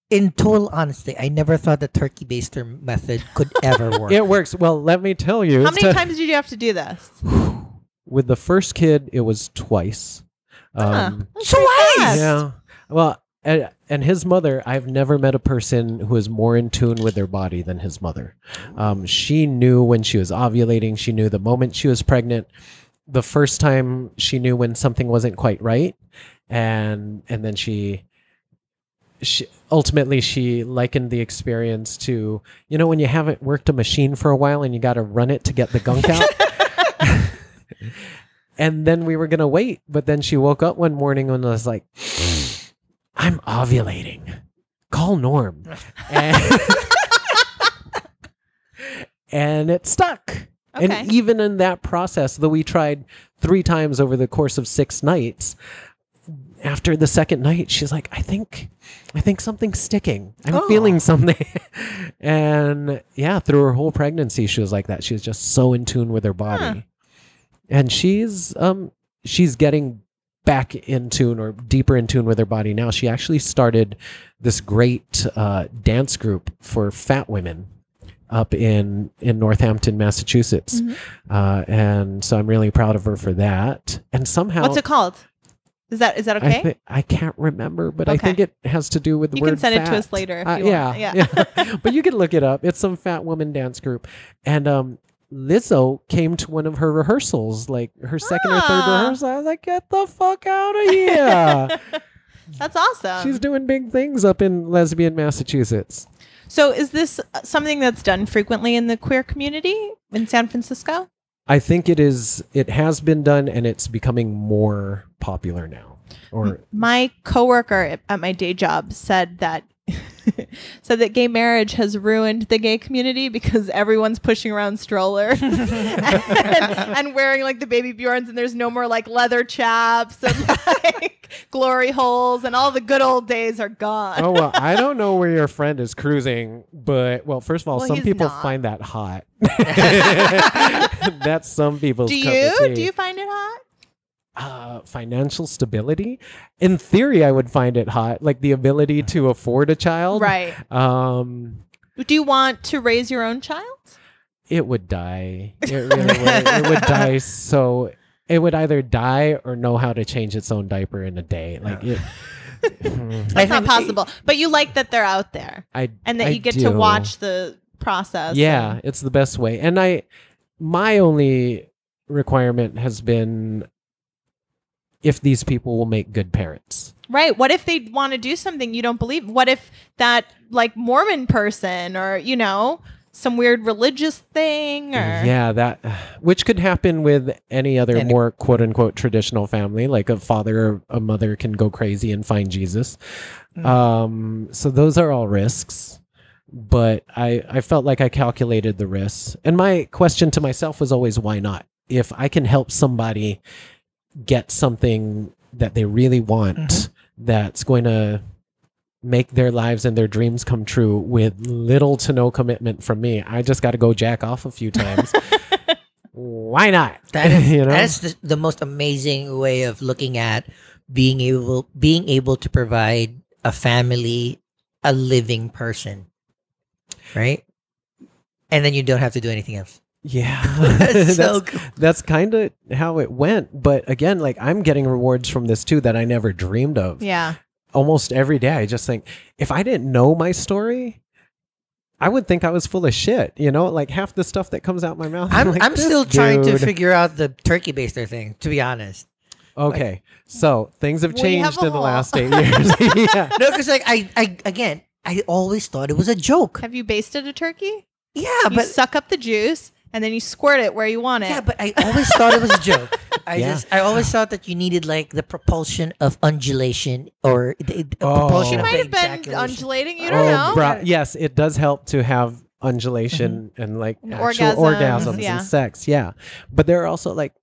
Speaker 2: In total honesty, I never thought the turkey baster method could ever work.
Speaker 3: It works. Well, let me tell you.
Speaker 1: how
Speaker 3: it's
Speaker 1: many
Speaker 3: t-
Speaker 1: times did you have to do this?
Speaker 3: With the first kid, it was twice. Um,
Speaker 1: That's
Speaker 2: so
Speaker 1: pretty
Speaker 2: wise!
Speaker 1: fast.
Speaker 3: yeah. Well, and, and his mother, I've never met a person who is more in tune with their body than his mother. Um, she knew when she was ovulating, she knew the moment she was pregnant. The first time she knew when something wasn't quite right. And and then she she, ultimately she likened the experience to you know when you haven't worked a machine for a while and you got to run it to get the gunk out and then we were going to wait but then she woke up one morning and was like i'm ovulating call norm and, and it stuck
Speaker 1: Okay.
Speaker 3: and even in that process though we tried three times over the course of six nights after the second night she's like i think i think something's sticking i'm
Speaker 2: Oh.
Speaker 3: feeling something and yeah through her whole pregnancy she was like that she was just so in tune with her body and she's um she's getting back in tune or deeper in tune with her body now she actually started this great uh, dance group for fat women up in in northampton massachusetts
Speaker 1: Mhm.
Speaker 3: uh, and so i'm really proud of her for that and somehow
Speaker 1: What's it called? Is that is that
Speaker 3: I,
Speaker 1: okay?
Speaker 3: thi- I can't remember, but I
Speaker 1: Okay.
Speaker 3: think it has to do with the
Speaker 1: You
Speaker 3: word
Speaker 1: can send it to
Speaker 3: fat.
Speaker 1: us later if
Speaker 3: Uh,
Speaker 1: you want.
Speaker 3: Yeah,
Speaker 1: Yeah.
Speaker 3: yeah. but you can look it up. It's some fat woman dance group, and um, Lizzo came to one of her rehearsals, like her second or
Speaker 1: Ah.
Speaker 3: third rehearsal. I was like, "Get the fuck out of here!"
Speaker 1: That's awesome.
Speaker 3: She's doing big things up in lesbian Massachusetts.
Speaker 1: so is this uh, something that's done frequently in the queer community in San Francisco?
Speaker 3: I think it is. It has been done, and it's becoming more popular now. Or
Speaker 1: My coworker at- at my day job said that said that gay marriage has ruined the gay community because everyone's pushing around strollers and, and wearing like the baby Bjorns and there's no more like leather chaps and like glory holes and all the good old days are gone.
Speaker 3: oh well, I don't know where your friend is cruising, but well, first of all,
Speaker 1: Well,
Speaker 3: some
Speaker 1: he's
Speaker 3: people
Speaker 1: not.
Speaker 3: find that hot. That's some people's
Speaker 1: do
Speaker 3: cup of
Speaker 1: you?
Speaker 3: tea.
Speaker 1: Do you find it hot?
Speaker 3: uh, financial stability? In theory, I would find it hot, like the ability to afford a child.
Speaker 1: Right.
Speaker 3: Um,
Speaker 1: Do you want to raise your own child?
Speaker 3: it would die. It really would. It would die. So it would either die or know how to change its own diaper in a day. Like it,
Speaker 1: That's not possible. But you like that they're out there
Speaker 3: I
Speaker 1: and that
Speaker 3: I
Speaker 1: you get to
Speaker 3: do.
Speaker 1: watch the process.
Speaker 3: Yeah, it's the best way. And I my only requirement has been if these people will make good parents.
Speaker 1: Right. What if they want to do something you don't believe? What if that like Mormon person or, you know, some weird religious thing or
Speaker 3: Yeah, that which could happen with any other
Speaker 2: Any-
Speaker 3: more quote unquote traditional family, like a father or a mother can go crazy and find Jesus. Um, so those are all risks. But I, I felt like I calculated the risks. And my question to myself was always, why not? If I can help somebody get something that they really want
Speaker 2: Mm-hmm.
Speaker 3: that's going to make their lives and their dreams come true with little to no commitment from me. I just got to go jack off a few times. Why not?
Speaker 2: That is,
Speaker 3: You know?
Speaker 2: that is the, the most amazing way of looking at being able being able to provide a family a living person, right? And then you don't have to do anything else.
Speaker 3: Yeah.
Speaker 2: That's so
Speaker 3: That's-
Speaker 2: cool.
Speaker 3: that's kind of how it went. But again, like I'm getting rewards from this too that I never dreamed of.
Speaker 1: Yeah.
Speaker 3: Almost every day, I just think if I didn't know my story, I would think I was full of shit. You know, like half the stuff that comes out my mouth.
Speaker 2: I'm
Speaker 3: like,
Speaker 2: I'm
Speaker 3: "This
Speaker 2: still trying to
Speaker 3: dude."
Speaker 2: figure out the turkey baster thing. To be honest,
Speaker 3: Okay, so things have
Speaker 1: We have
Speaker 3: changed
Speaker 1: a
Speaker 3: in the
Speaker 1: hole.
Speaker 3: last eight years. yeah.
Speaker 2: no, because like I I again I always thought it was a joke.
Speaker 1: Have you basted a turkey?
Speaker 2: Yeah,
Speaker 1: you
Speaker 2: but
Speaker 1: suck up the juice and then you squirt it where you want it.
Speaker 2: yeah, but I always thought it was a joke. I
Speaker 3: Yeah.
Speaker 2: just I always thought that you needed like the propulsion of undulation or the, the
Speaker 3: Oh.
Speaker 2: propulsion
Speaker 1: it
Speaker 2: of
Speaker 1: might
Speaker 2: the
Speaker 1: have been
Speaker 2: ejaculation.
Speaker 1: undulating. You don't know.
Speaker 3: bro- Oh, yes, it does help to have undulation and like
Speaker 1: And
Speaker 3: actual
Speaker 1: orgasms,
Speaker 3: orgasms
Speaker 1: yeah.
Speaker 3: and sex. Yeah. But there are also like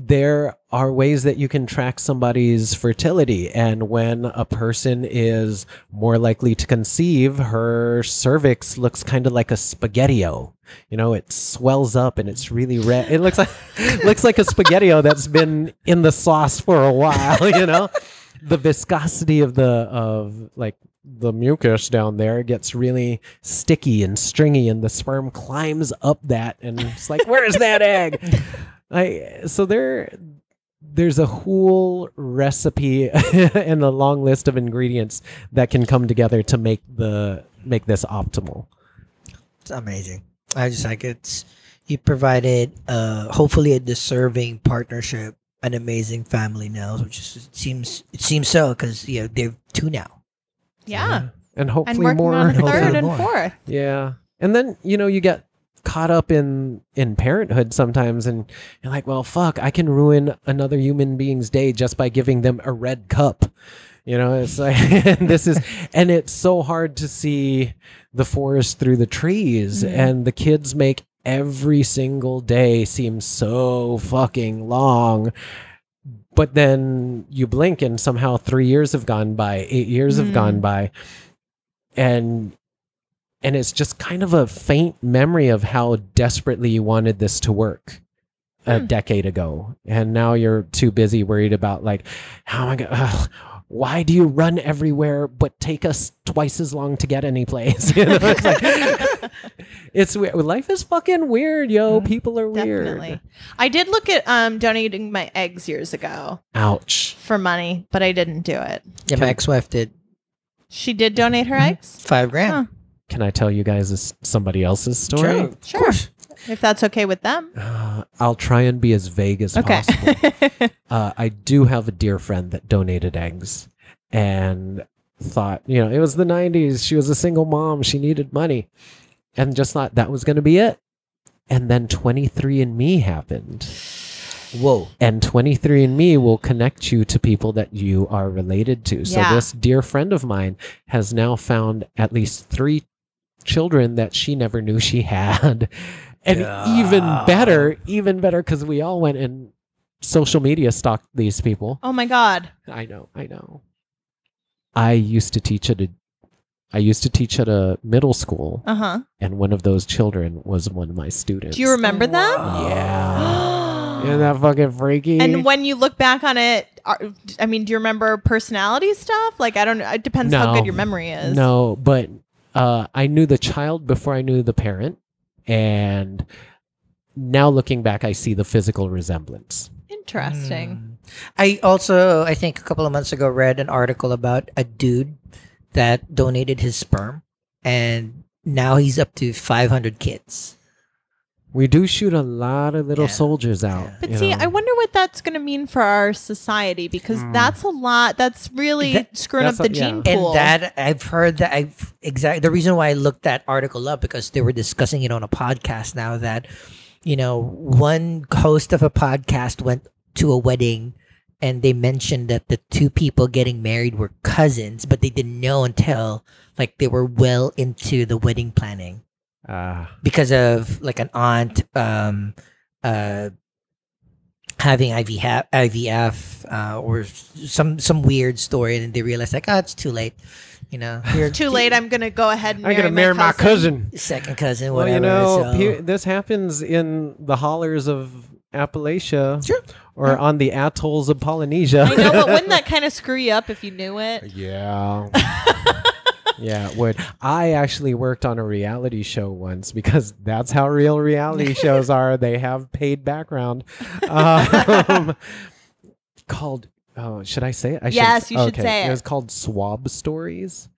Speaker 3: there are ways that you can track somebody's fertility and when a person is more likely to conceive her cervix looks kind of like a spaghettio you know it swells up and it's really red it looks like looks like a spaghettio that's been in the sauce for a while you know the viscosity of the of like the mucus down there gets really sticky and stringy and the sperm climbs up that and it's like where is that egg I so there there's a whole recipe and a long list of ingredients that can come together to make the make this optimal.
Speaker 2: It's amazing. I just like it's you provided uh hopefully a deserving partnership, an amazing family now, which is, it seems it seems so because you know they've two now.
Speaker 1: Yeah.
Speaker 3: And
Speaker 1: And
Speaker 3: hopefully
Speaker 1: working
Speaker 3: more.
Speaker 1: on a
Speaker 2: hopefully
Speaker 1: third and
Speaker 2: more.
Speaker 1: fourth.
Speaker 3: Yeah. And then, you know, you get caught up in in parenthood sometimes and you're like, well, fuck, I can ruin another human being's day just by giving them a red cup. You know, it's like and this is and it's so hard to see the forest through the trees
Speaker 1: Mhm.
Speaker 3: and the kids make every single day seem so fucking long. But then you blink and somehow 3 years have gone by, 8 years
Speaker 1: Mm.
Speaker 3: have gone by. And and it's just kind of a faint memory of how desperately you wanted this to work a
Speaker 1: Hmm.
Speaker 3: decade ago and now you're too busy worried about like how am i going to why do you run everywhere but take us twice as long to get any place you know it's like it's weird life is fucking weird yo
Speaker 2: Mhm.
Speaker 3: people are weird
Speaker 1: Mm, Definitely. I did look at um donating my eggs years ago
Speaker 3: ouch
Speaker 1: for money, but I didn't do it.
Speaker 2: Yeah, my ex-wife did
Speaker 1: She did donate her eggs,
Speaker 2: five grand.
Speaker 3: can i tell you guys this somebody else's story
Speaker 2: Sure,
Speaker 1: Sure.
Speaker 2: Of course.
Speaker 1: if that's okay with them.
Speaker 3: Uh, i'll try and be as vague as
Speaker 1: Okay.
Speaker 3: possible uh, I do have a dear friend that donated eggs and thought, you know, it was the 90s. She was a single mom. She needed money and just thought that was going to be it. And then 23andMe happened.
Speaker 2: Whoa.
Speaker 3: And 23andMe will connect you to people that you are related to.
Speaker 1: Yeah.
Speaker 3: So this dear friend of mine has now found at least three children that she never knew she had. And even
Speaker 2: Yeah.
Speaker 3: better, even better, because we all went and social media stalked these people.
Speaker 1: oh my god.
Speaker 3: I know, I know. I used to teach at a I used to teach at a middle school
Speaker 1: Uh huh.
Speaker 3: and one of those children was one of my students.
Speaker 1: Do you remember them?
Speaker 3: Yeah. Isn't that fucking freaky?
Speaker 1: and when you look back on it, are, I mean, do you remember personality stuff? Like I don't know. It depends how
Speaker 3: No.
Speaker 1: good your memory is.
Speaker 3: No, but uh, I knew the child before I knew the parent, and now looking back, I see the physical resemblance.
Speaker 1: Interesting.
Speaker 2: Mm. I also, I think a couple of months ago, read an article about a dude that donated his sperm, and now he's up to 500 kids.
Speaker 3: We do shoot a lot of little
Speaker 2: Yeah.
Speaker 3: soldiers out.
Speaker 1: But
Speaker 3: you
Speaker 1: see,
Speaker 3: know.
Speaker 1: I wonder what that's going to mean for our society because
Speaker 3: Mm.
Speaker 1: that's a lot. That's really
Speaker 2: That-
Speaker 1: screwing up
Speaker 3: that's
Speaker 1: the
Speaker 3: a- yeah.
Speaker 1: gene
Speaker 2: And
Speaker 1: pool.
Speaker 2: that I've heard that I've exactly the reason why I looked that article up because they were discussing it on a podcast now that you know one host of a podcast went to a wedding and they mentioned that the two people getting married were cousins but they didn't know until like they were well into the wedding planning
Speaker 3: Ah.
Speaker 2: because of like an aunt um uh having IVF, IVF uh, or s- some some weird story and they realize like oh it's too late you know you're
Speaker 1: Too late. I'm going to go ahead and
Speaker 3: I'm gonna
Speaker 1: marry my cousin.
Speaker 2: second cousin
Speaker 3: Well, you
Speaker 2: whatever
Speaker 3: know,
Speaker 2: so-
Speaker 3: pe- this happens in the hollers of Appalachia
Speaker 2: Sure.
Speaker 3: or on the atolls of Polynesia.
Speaker 1: I know, but wouldn't that kind of screw you up if you knew it?
Speaker 3: Yeah. yeah, it would. I actually worked on a reality show once because that's how real reality shows are. They have paid background. Um, called, oh, should I say it? I
Speaker 1: Yes, you should say it.
Speaker 3: It was called Swab Stories.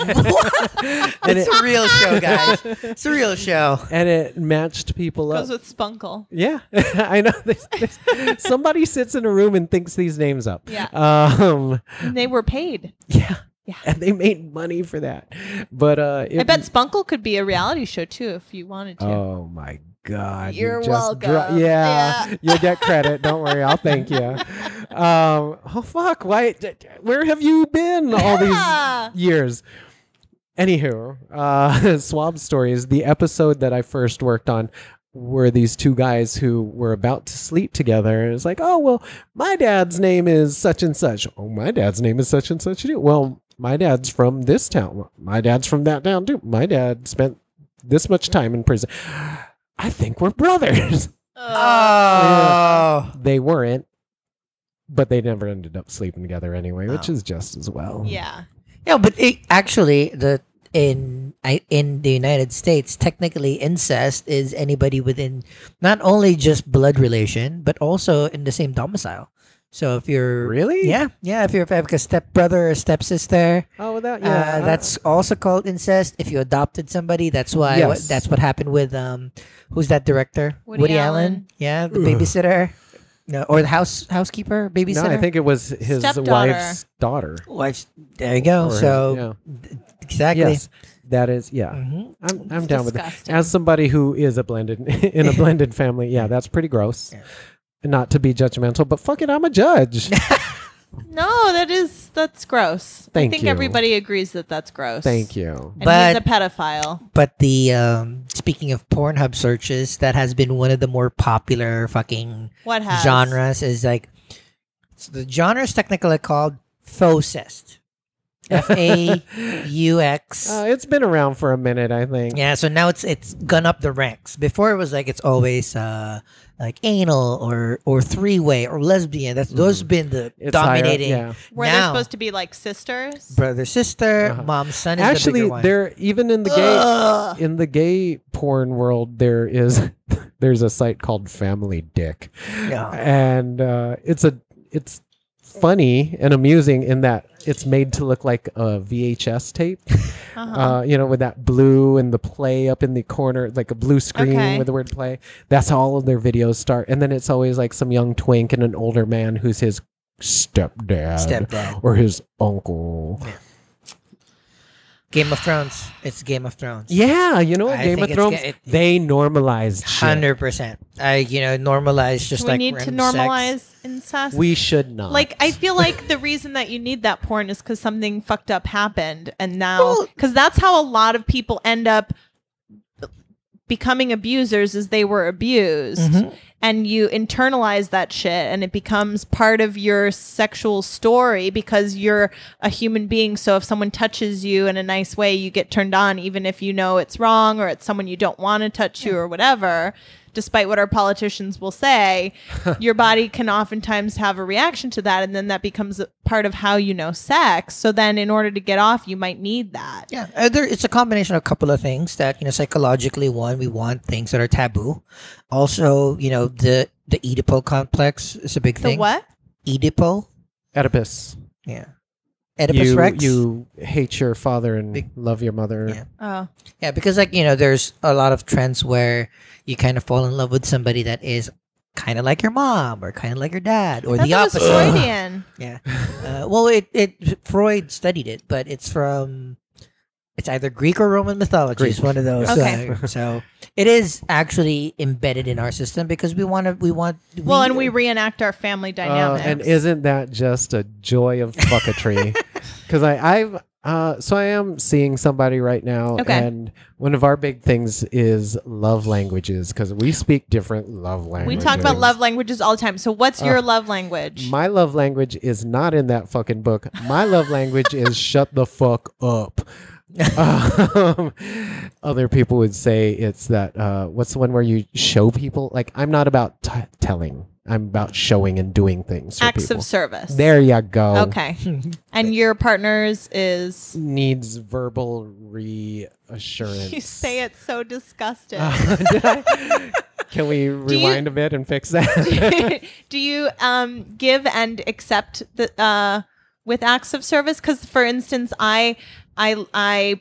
Speaker 3: and, it,
Speaker 2: it's a real show guys it's a real show
Speaker 3: and it matched people up.
Speaker 1: Goes with Spunkle.
Speaker 3: Yeah, I know. There's, there's, somebody sits in a room and thinks these names up.
Speaker 1: Yeah.
Speaker 3: Um,
Speaker 1: And they were paid.
Speaker 3: yeah.
Speaker 1: Yeah.
Speaker 3: And they made money for that. But uh, it,
Speaker 1: I bet Spunkle could be a reality show too if you wanted to.
Speaker 3: Oh my God! you
Speaker 1: You're
Speaker 3: just dro-
Speaker 1: welcome.
Speaker 3: yeah,
Speaker 1: Yeah.
Speaker 3: you'll get credit. Don't worry, I'll thank you. Um, oh fuck! Why? d- d- Where have you been all
Speaker 1: Yeah.
Speaker 3: these Ah. years? Anywho, uh, Swab Stories, the episode that I first worked on were these two guys who were about to sleep together. And it's like, oh, well, my dad's name is such and such. Oh, my dad's name is such and such. too. Well, my dad's from this town. My dad's from that town, too. My dad spent this much time in prison. I think we're brothers.
Speaker 2: Oh.
Speaker 1: Uh,
Speaker 3: they weren't, but they never ended up sleeping together anyway, which
Speaker 2: Oh.
Speaker 3: is just as well.
Speaker 1: yeah.
Speaker 2: Yeah, but it, actually, the in I, in the United States, technically, incest is anybody within not only just blood relation, but also in the same domicile. So if you're
Speaker 3: Really?
Speaker 2: yeah, yeah, if you're if you have like a stepbrother or stepsister,
Speaker 3: Oh, without
Speaker 2: yeah,
Speaker 3: yeah,
Speaker 2: uh, that's also called incest. If you adopted somebody, that's why what-
Speaker 3: Yes.
Speaker 2: that's what happened with um, who's that director?
Speaker 1: Woody Allen.
Speaker 2: Yeah, the
Speaker 3: Ugh.
Speaker 2: babysitter. No, or the house housekeeper, babysitter.
Speaker 3: No, I think it was his
Speaker 1: Stepdaughter.
Speaker 3: wife's daughter.
Speaker 2: Wife's- There you go. Oh,
Speaker 3: Or-
Speaker 2: so
Speaker 3: yeah.
Speaker 2: exactly.
Speaker 3: yes, that is yeah.
Speaker 2: Mhm.
Speaker 3: I'm, I'm
Speaker 1: It's
Speaker 3: down with it.
Speaker 1: disgusting.
Speaker 3: As somebody who is a blended in a blended family, yeah, that's pretty gross.
Speaker 2: Yeah.
Speaker 3: Not to be judgmental, but fuck it, I'm a judge.
Speaker 1: No, that is that's gross. I
Speaker 3: Thank
Speaker 1: think
Speaker 3: you.
Speaker 1: everybody agrees that that's gross.
Speaker 3: Thank you.
Speaker 1: And
Speaker 2: But-
Speaker 1: he's a pedophile.
Speaker 2: But the um, speaking of Pornhub searches, that has been one of the more popular fucking
Speaker 1: What has
Speaker 2: genres. Is like so the genre is technically called faucist. F A U X.
Speaker 3: Uh, it's been around for a minute, I think.
Speaker 2: Yeah, so now it's it's gone up the ranks. Before it was like it's always uh like anal or or three way or lesbian. That's those been the
Speaker 3: Mm. It's higher-
Speaker 2: dominating
Speaker 3: yeah.
Speaker 1: Were they
Speaker 2: now.
Speaker 1: supposed to be like sisters?
Speaker 2: brother sister
Speaker 3: Uh-huh.
Speaker 2: mom son is the
Speaker 3: Actually,
Speaker 2: bigger one.
Speaker 3: there even in the
Speaker 1: Ugh.
Speaker 3: gay in the gay porn world, there is there's a site called Family Dick,
Speaker 2: Yeah.
Speaker 3: and uh, it's a it's funny and amusing in that it's made to look like a VHS tape.
Speaker 1: Uh-huh.
Speaker 3: uh, you know, with that blue and the play up in the corner, like a blue screen
Speaker 1: Okay.
Speaker 3: with the word play. That's how all of their videos start. And then it's always like some young twink and an older man who's his stepdad,
Speaker 2: Stepdad.
Speaker 3: or his uncle.
Speaker 2: Game of Thrones. It's Game of Thrones.
Speaker 3: Yeah, you know, what?
Speaker 2: I
Speaker 3: Game of
Speaker 2: think it's
Speaker 3: Thrones,
Speaker 2: ga- it-
Speaker 3: they normalized shit.
Speaker 2: Hundred percent. I you know normalize
Speaker 1: Do
Speaker 2: just
Speaker 1: we
Speaker 2: like
Speaker 1: need to
Speaker 2: random sex.
Speaker 1: normalize incest?
Speaker 3: We should not.
Speaker 1: like I feel like the reason that you need that porn is because something fucked up happened, and now
Speaker 2: Well-
Speaker 1: because that's how a lot of people end up becoming abusers is they were abused
Speaker 2: Mhm.
Speaker 1: and you internalize that shit and it becomes part of your sexual story because you're a human being so if someone touches you in a nice way you get turned on even if you know it's wrong or it's someone you don't want to touch you or whatever despite what our politicians will say your body can oftentimes have a reaction to that and then that becomes a part of how you know sex so then in order to get off you might need that
Speaker 2: Yeah, uh, there, it's a combination of a couple of things that you know psychologically. One, we want things that are taboo. Also, you know the the Oedipal complex is a big
Speaker 1: the
Speaker 2: thing.
Speaker 1: what
Speaker 2: Oedipal.
Speaker 3: Oedipus.
Speaker 2: Yeah. Oedipus
Speaker 3: you,
Speaker 2: Rex.
Speaker 3: you hate your father and
Speaker 2: Big-
Speaker 3: love your mother.
Speaker 2: Yeah.
Speaker 1: oh
Speaker 2: Yeah, because like you know, there's a lot of trends where you kind of fall in love with somebody that is kind of like your mom or kind of like your dad or
Speaker 1: I
Speaker 2: the
Speaker 1: thought it was
Speaker 2: opposite.
Speaker 1: freudian
Speaker 2: Yeah. Uh, well, it, it Freud studied it, but it's from it's either Greek or Roman mythology. It's
Speaker 3: Greek.
Speaker 2: one of those.
Speaker 1: Okay.
Speaker 2: uh, so it is actually embedded in our system because we want to. We want.
Speaker 1: Well, and we reenact our family
Speaker 3: Uh,
Speaker 1: dynamics.
Speaker 3: and isn't that just a joy of fucketry? Because I've uh, so I am seeing somebody right now,
Speaker 1: Okay.
Speaker 3: and one of our big things is love languages because we speak different love
Speaker 1: we
Speaker 3: languages.
Speaker 1: talk about love languages all the time. So,
Speaker 3: Uh,
Speaker 1: what's your love language?
Speaker 3: My love language is not in that fucking book. My love language is shut the fuck up. um, other people would say it's that uh, what's the one where you show people? Like I'm not about t- telling. I'm about showing and doing things. For
Speaker 1: Acts
Speaker 3: people.
Speaker 1: of service.
Speaker 3: There you go.
Speaker 1: Okay. and your partner's is.
Speaker 3: Needs verbal reassurance.
Speaker 1: You say it so disgusted.
Speaker 3: Did I? Can we rewind a bit and fix that?
Speaker 1: Do you um, give and accept the uh, with acts of service? Because, for instance, I, I, I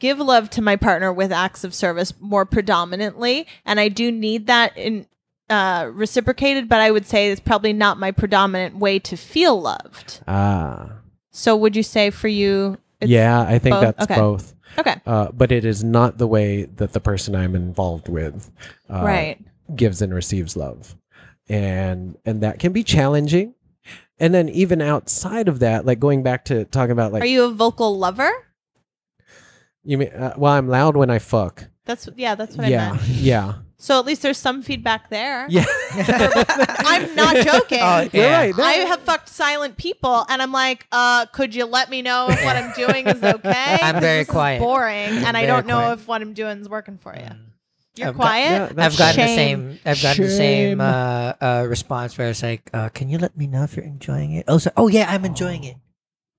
Speaker 1: give love to my partner with acts of service more predominantly, and I do need that in uh, reciprocated. But I would say it's probably not my predominant way to feel loved.
Speaker 3: Ah,
Speaker 1: So would you say for you? It's,
Speaker 3: yeah. I think
Speaker 1: both-
Speaker 3: that's
Speaker 1: okay.
Speaker 3: both.
Speaker 1: Okay.
Speaker 3: Uh, but it is not the way that the person I'm involved with uh,
Speaker 1: right.
Speaker 3: gives and receives love, and and that can be challenging. And then even outside of that, like going back to talking about like
Speaker 1: Are you a vocal lover?
Speaker 3: you mean uh, well, I'm loud when I fuck.
Speaker 1: That's yeah. That's what I
Speaker 3: Yeah,
Speaker 1: meant.
Speaker 3: yeah,
Speaker 1: So at least there's some feedback there.
Speaker 3: yeah. Uh,
Speaker 1: I'm not joking.
Speaker 2: Oh,
Speaker 3: You're
Speaker 2: Yeah.
Speaker 3: right.
Speaker 1: I
Speaker 3: That-
Speaker 1: have fucked silent people, and I'm like, uh, could you let me know if what I'm doing is okay?
Speaker 2: I'm
Speaker 1: 'Cause
Speaker 2: very
Speaker 1: this is
Speaker 2: quiet.
Speaker 1: boring, and I
Speaker 2: very
Speaker 1: don't know
Speaker 2: quiet.
Speaker 1: if what I'm doing is working for you. You're
Speaker 2: I've got-
Speaker 1: quiet.
Speaker 3: Yeah, that's
Speaker 2: I've gotten the
Speaker 1: Shame.
Speaker 2: same. I've gotten the
Speaker 3: Shame.
Speaker 2: same uh, uh, response where it's like, uh, "Can you let me know if you're enjoying it?" Oh, so, oh yeah, I'm enjoying it.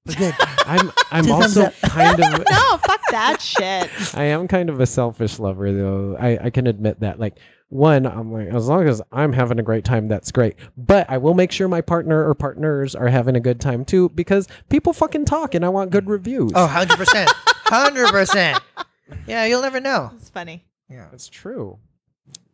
Speaker 2: We're good.
Speaker 3: I'm I'm
Speaker 2: Two thumbs
Speaker 3: also
Speaker 2: up.
Speaker 3: kind of
Speaker 1: no, fuck that shit.
Speaker 3: I am kind of a selfish lover, though. I, I can admit that. Like, one, I'm like, as long as I'm having a great time, that's great. But I will make sure my partner or partners are having a good time too, because people fucking talk and I want good reviews.
Speaker 2: oh, 100 percent, hundred percent. Yeah, you'll never know.
Speaker 1: It's funny.
Speaker 2: Yeah.
Speaker 3: that's true.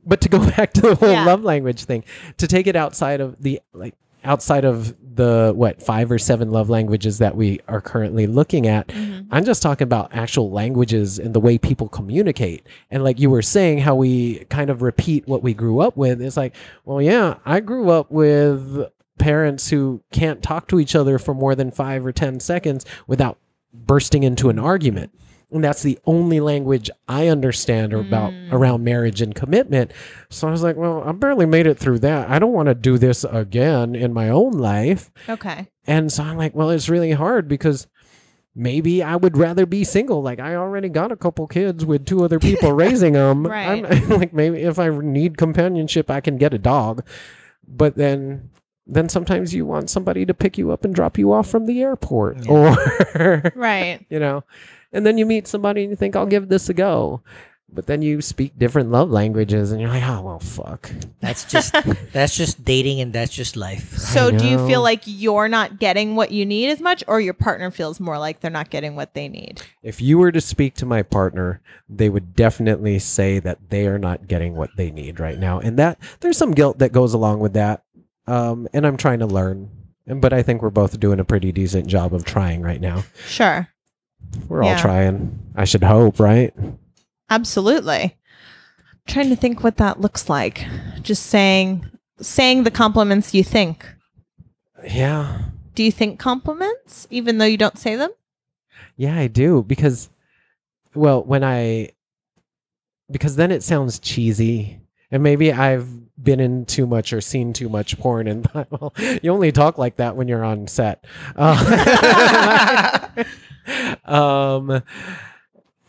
Speaker 3: but to go back to the whole
Speaker 1: Yeah.
Speaker 3: love language thing, to take it outside of the like outside of the what five or seven love languages that we are currently looking at, I'm just talking about actual languages and the way people communicate. And like you were saying, how we kind of repeat what we grew up with. It's like, well, yeah, I grew up with parents who can't talk to each other for more than five or 10 seconds without bursting into an argument. And that's the only language I understand about around marriage and commitment. So I was like, well, I barely made it through that. I don't want to do this again in my own life.
Speaker 1: Okay.
Speaker 3: And so I'm like, well, it's really hard because maybe I would rather be single. Like I already got a couple kids with two other people raising them.
Speaker 1: Right.
Speaker 3: I'm, like maybe if I need companionship, I can get a dog. But then then sometimes you want somebody to pick you up and drop you off from the airport or
Speaker 1: Right.
Speaker 3: you know. And then you meet somebody and you think I'll give this a go. But then you speak different love languages and you're like, "Oh, well, fuck."
Speaker 2: That's just that's just dating and that's just life.
Speaker 1: So do you feel
Speaker 3: know.
Speaker 1: like you're not getting what you need as much or your partner feels more like they're not getting what they need?
Speaker 3: If you were to speak to my partner, they would definitely say that they are not getting what they need right now, and that there's some guilt that goes along with that. Um, and I'm trying to learn, and but I think we're both doing a pretty decent job of trying right now.
Speaker 1: Sure.
Speaker 3: We're all
Speaker 1: Yeah.
Speaker 3: trying. I should hope, right?
Speaker 1: Absolutely. I'm trying to think what that looks like. Just saying saying the compliments you think.
Speaker 3: Yeah,
Speaker 1: Do you think compliments even though you don't say them?
Speaker 3: yeah, I do because, well, when I because then it sounds cheesy. And maybe I've been in too much or seen too much porn, and thought, well, you only talk like that when you're on set. Uh, um,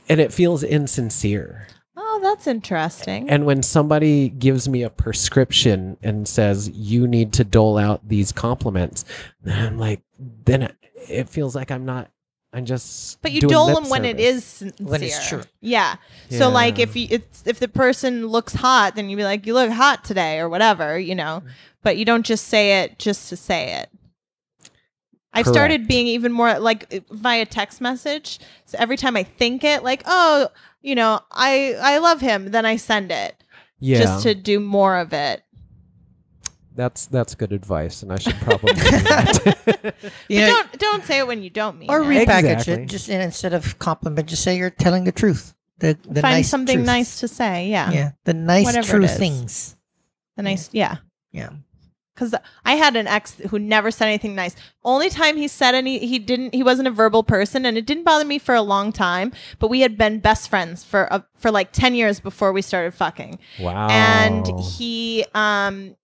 Speaker 3: and it feels insincere.
Speaker 1: Oh, that's interesting.
Speaker 3: And when somebody gives me a prescription and says, you need to dole out these compliments, then I'm like, then it feels like I'm not, I'm just.
Speaker 1: But you
Speaker 3: doing
Speaker 1: dole
Speaker 3: lip
Speaker 1: them when it
Speaker 3: service.
Speaker 1: is sincere.
Speaker 2: When it's true.
Speaker 1: Yeah. So like
Speaker 3: Yeah.
Speaker 1: if you it's, if the person looks hot, then you'd be like, "You look hot today" or whatever, you
Speaker 2: Mm-hmm.
Speaker 1: know. But you don't just say it just to say it. I've started
Speaker 3: Correct.
Speaker 1: being even more like uh, via text message. So every time I think it, like, "Oh, you know, I I love him," then I send it
Speaker 3: Yeah.
Speaker 1: just to do more of it.
Speaker 3: That's that's good advice, and I should probably. do that.
Speaker 2: You
Speaker 1: But
Speaker 2: know,
Speaker 1: don't don't say it when you don't mean
Speaker 2: or
Speaker 1: it.
Speaker 2: repackage
Speaker 3: Exactly.
Speaker 2: it. Just and instead of compliment, just say you're telling the truth. The, the
Speaker 1: Find
Speaker 2: nice
Speaker 1: something
Speaker 2: truth.
Speaker 1: nice to say. Yeah.
Speaker 2: Yeah, the nice
Speaker 1: Whatever
Speaker 2: true
Speaker 1: it is.
Speaker 2: things.
Speaker 1: The nice yeah.
Speaker 2: Yeah.
Speaker 1: Cause I had an ex who never said anything nice. Only time he said any, he didn't. He wasn't a verbal person, and it didn't bother me for a long time. But we had been best friends for uh, for like ten years before we started fucking.
Speaker 3: wow.
Speaker 1: And
Speaker 3: Oh.
Speaker 1: he, um,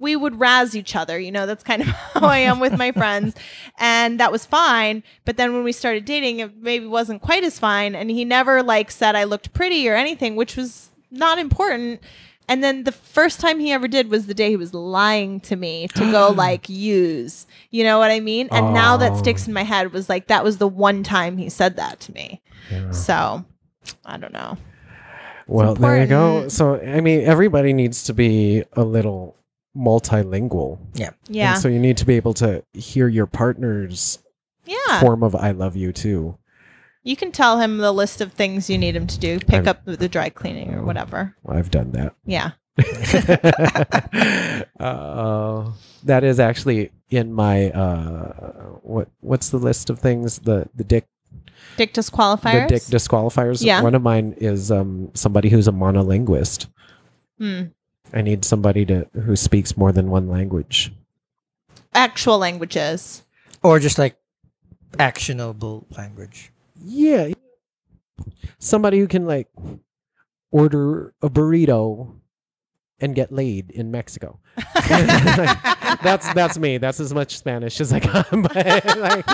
Speaker 1: we would razz each other. You know, that's kind of how I am with my friends, and that was fine. But then when we started dating, it maybe wasn't quite as fine. And he never like said I looked pretty or anything, which was not important. And then the first time he ever did was the day he was lying to me to go like use. You know what I mean? And now that
Speaker 3: Oh.
Speaker 1: sticks in my head was like that was the one time he said that to me.
Speaker 3: Yeah.
Speaker 1: So I don't know.
Speaker 3: Well, there you go.
Speaker 1: important.
Speaker 3: So, I mean, everybody needs to be a little multilingual.
Speaker 1: Yeah.
Speaker 3: And so you need to be able to hear your partner's
Speaker 1: yeah.
Speaker 3: form of I love you too.
Speaker 1: You can tell him the list of things you need him to do. Pick
Speaker 3: I'm-
Speaker 1: up the dry cleaning or whatever.
Speaker 3: Well, I've done that.
Speaker 1: Yeah.
Speaker 3: uh, that is actually in my uh, what what's the list of things the the dick
Speaker 1: Dick disqualifiers.
Speaker 3: the dick disqualifiers.
Speaker 1: Yeah.
Speaker 3: One of mine is um, somebody who's a monolinguist.
Speaker 1: Hmm.
Speaker 3: I need somebody to who speaks more than one language.
Speaker 1: Actual languages.
Speaker 2: Or just like actionable language.
Speaker 3: Yeah. Somebody who can like order a burrito and get laid in Mexico. that's that's me. That's as much Spanish as I got. But like,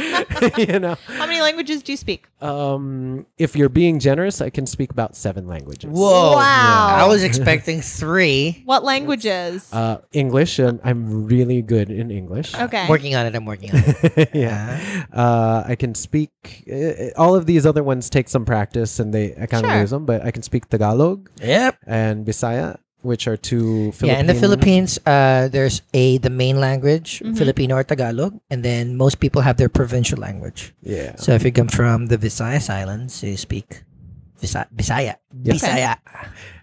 Speaker 3: you know,
Speaker 1: How many languages do you speak?
Speaker 3: um, if you're being generous, I can speak about seven languages.
Speaker 2: Whoa.
Speaker 1: Wow.
Speaker 2: I was expecting three.
Speaker 1: What languages?
Speaker 3: Uh, English, and I'm really good in English.
Speaker 1: okay.
Speaker 2: Working on it. I'm working on it.
Speaker 3: yeah. Uh, I can speak. Uh, all of these other ones take some practice, and they I kind of
Speaker 1: Sure.
Speaker 3: lose them. But I can speak Tagalog
Speaker 2: yep.
Speaker 3: and Bisaya, which are two. Philippine,
Speaker 2: Yeah, in the Philippines, uh, there's a the main language,
Speaker 1: Mm-hmm.
Speaker 2: Filipino or Tagalog, and then most people have their provincial language.
Speaker 3: Yeah.
Speaker 2: So if you come from the Visayas Islands, you speak Bisa- Bisaya.
Speaker 3: Yes.
Speaker 2: Bisaya.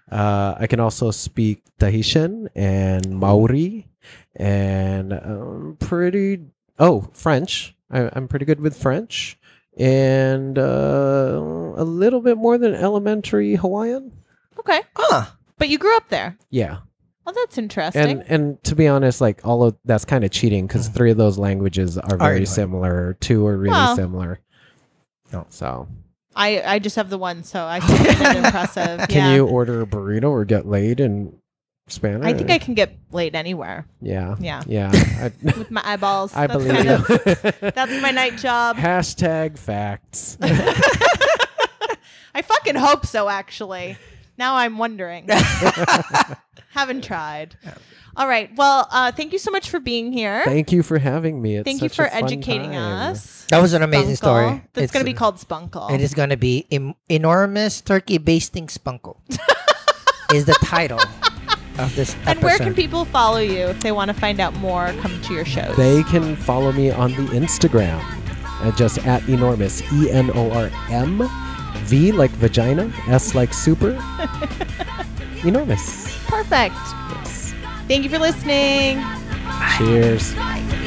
Speaker 3: Uh, I can also speak Tahitian and Maori and um, pretty, oh, French. I, I'm pretty good with French and uh, a little bit more than elementary Hawaiian.
Speaker 1: Okay.
Speaker 2: Ah,
Speaker 1: But you grew up there.
Speaker 3: Yeah.
Speaker 1: Oh, that's interesting.
Speaker 3: And and to be honest, like all of that's kind of cheating because
Speaker 2: Mhm.
Speaker 3: three of those languages are very
Speaker 2: anyway.
Speaker 3: similar. Two are really
Speaker 1: Well.
Speaker 3: similar.
Speaker 2: No.
Speaker 3: So,
Speaker 1: I, I just have the one, so I think it's been impressive.
Speaker 3: can
Speaker 1: yeah.
Speaker 3: you order a burrito or get laid in Spanish?
Speaker 1: I think I can get laid anywhere
Speaker 3: Yeah.
Speaker 1: Yeah.
Speaker 3: Yeah. I,
Speaker 1: with my eyeballs.
Speaker 3: I
Speaker 1: That's
Speaker 3: believe
Speaker 1: kind of-
Speaker 3: you.
Speaker 1: that's my night job.
Speaker 3: Hashtag facts.
Speaker 1: I fucking hope so, actually. Now I'm wondering. Haven't tried. All right. Well, uh, thank you so much for being here.
Speaker 3: Thank you for having me. It's
Speaker 1: Thank you
Speaker 3: such a
Speaker 1: for
Speaker 3: fun
Speaker 1: educating
Speaker 3: time.
Speaker 1: us.
Speaker 2: That was an amazing story.
Speaker 1: It's
Speaker 2: It's-
Speaker 1: going to be called Spunkle.
Speaker 2: it is going to be em- Enormous Turkey Basting Spunkle, is the title of this episode.
Speaker 1: and where can people follow you if they want to find out more? Come to your shows.
Speaker 3: They can follow me on the Instagram, uh, just at enormous, E N O R M, V like vagina, S like super, enormous.
Speaker 1: Perfect. Thank you for listening.
Speaker 3: Cheers.
Speaker 4: Bye.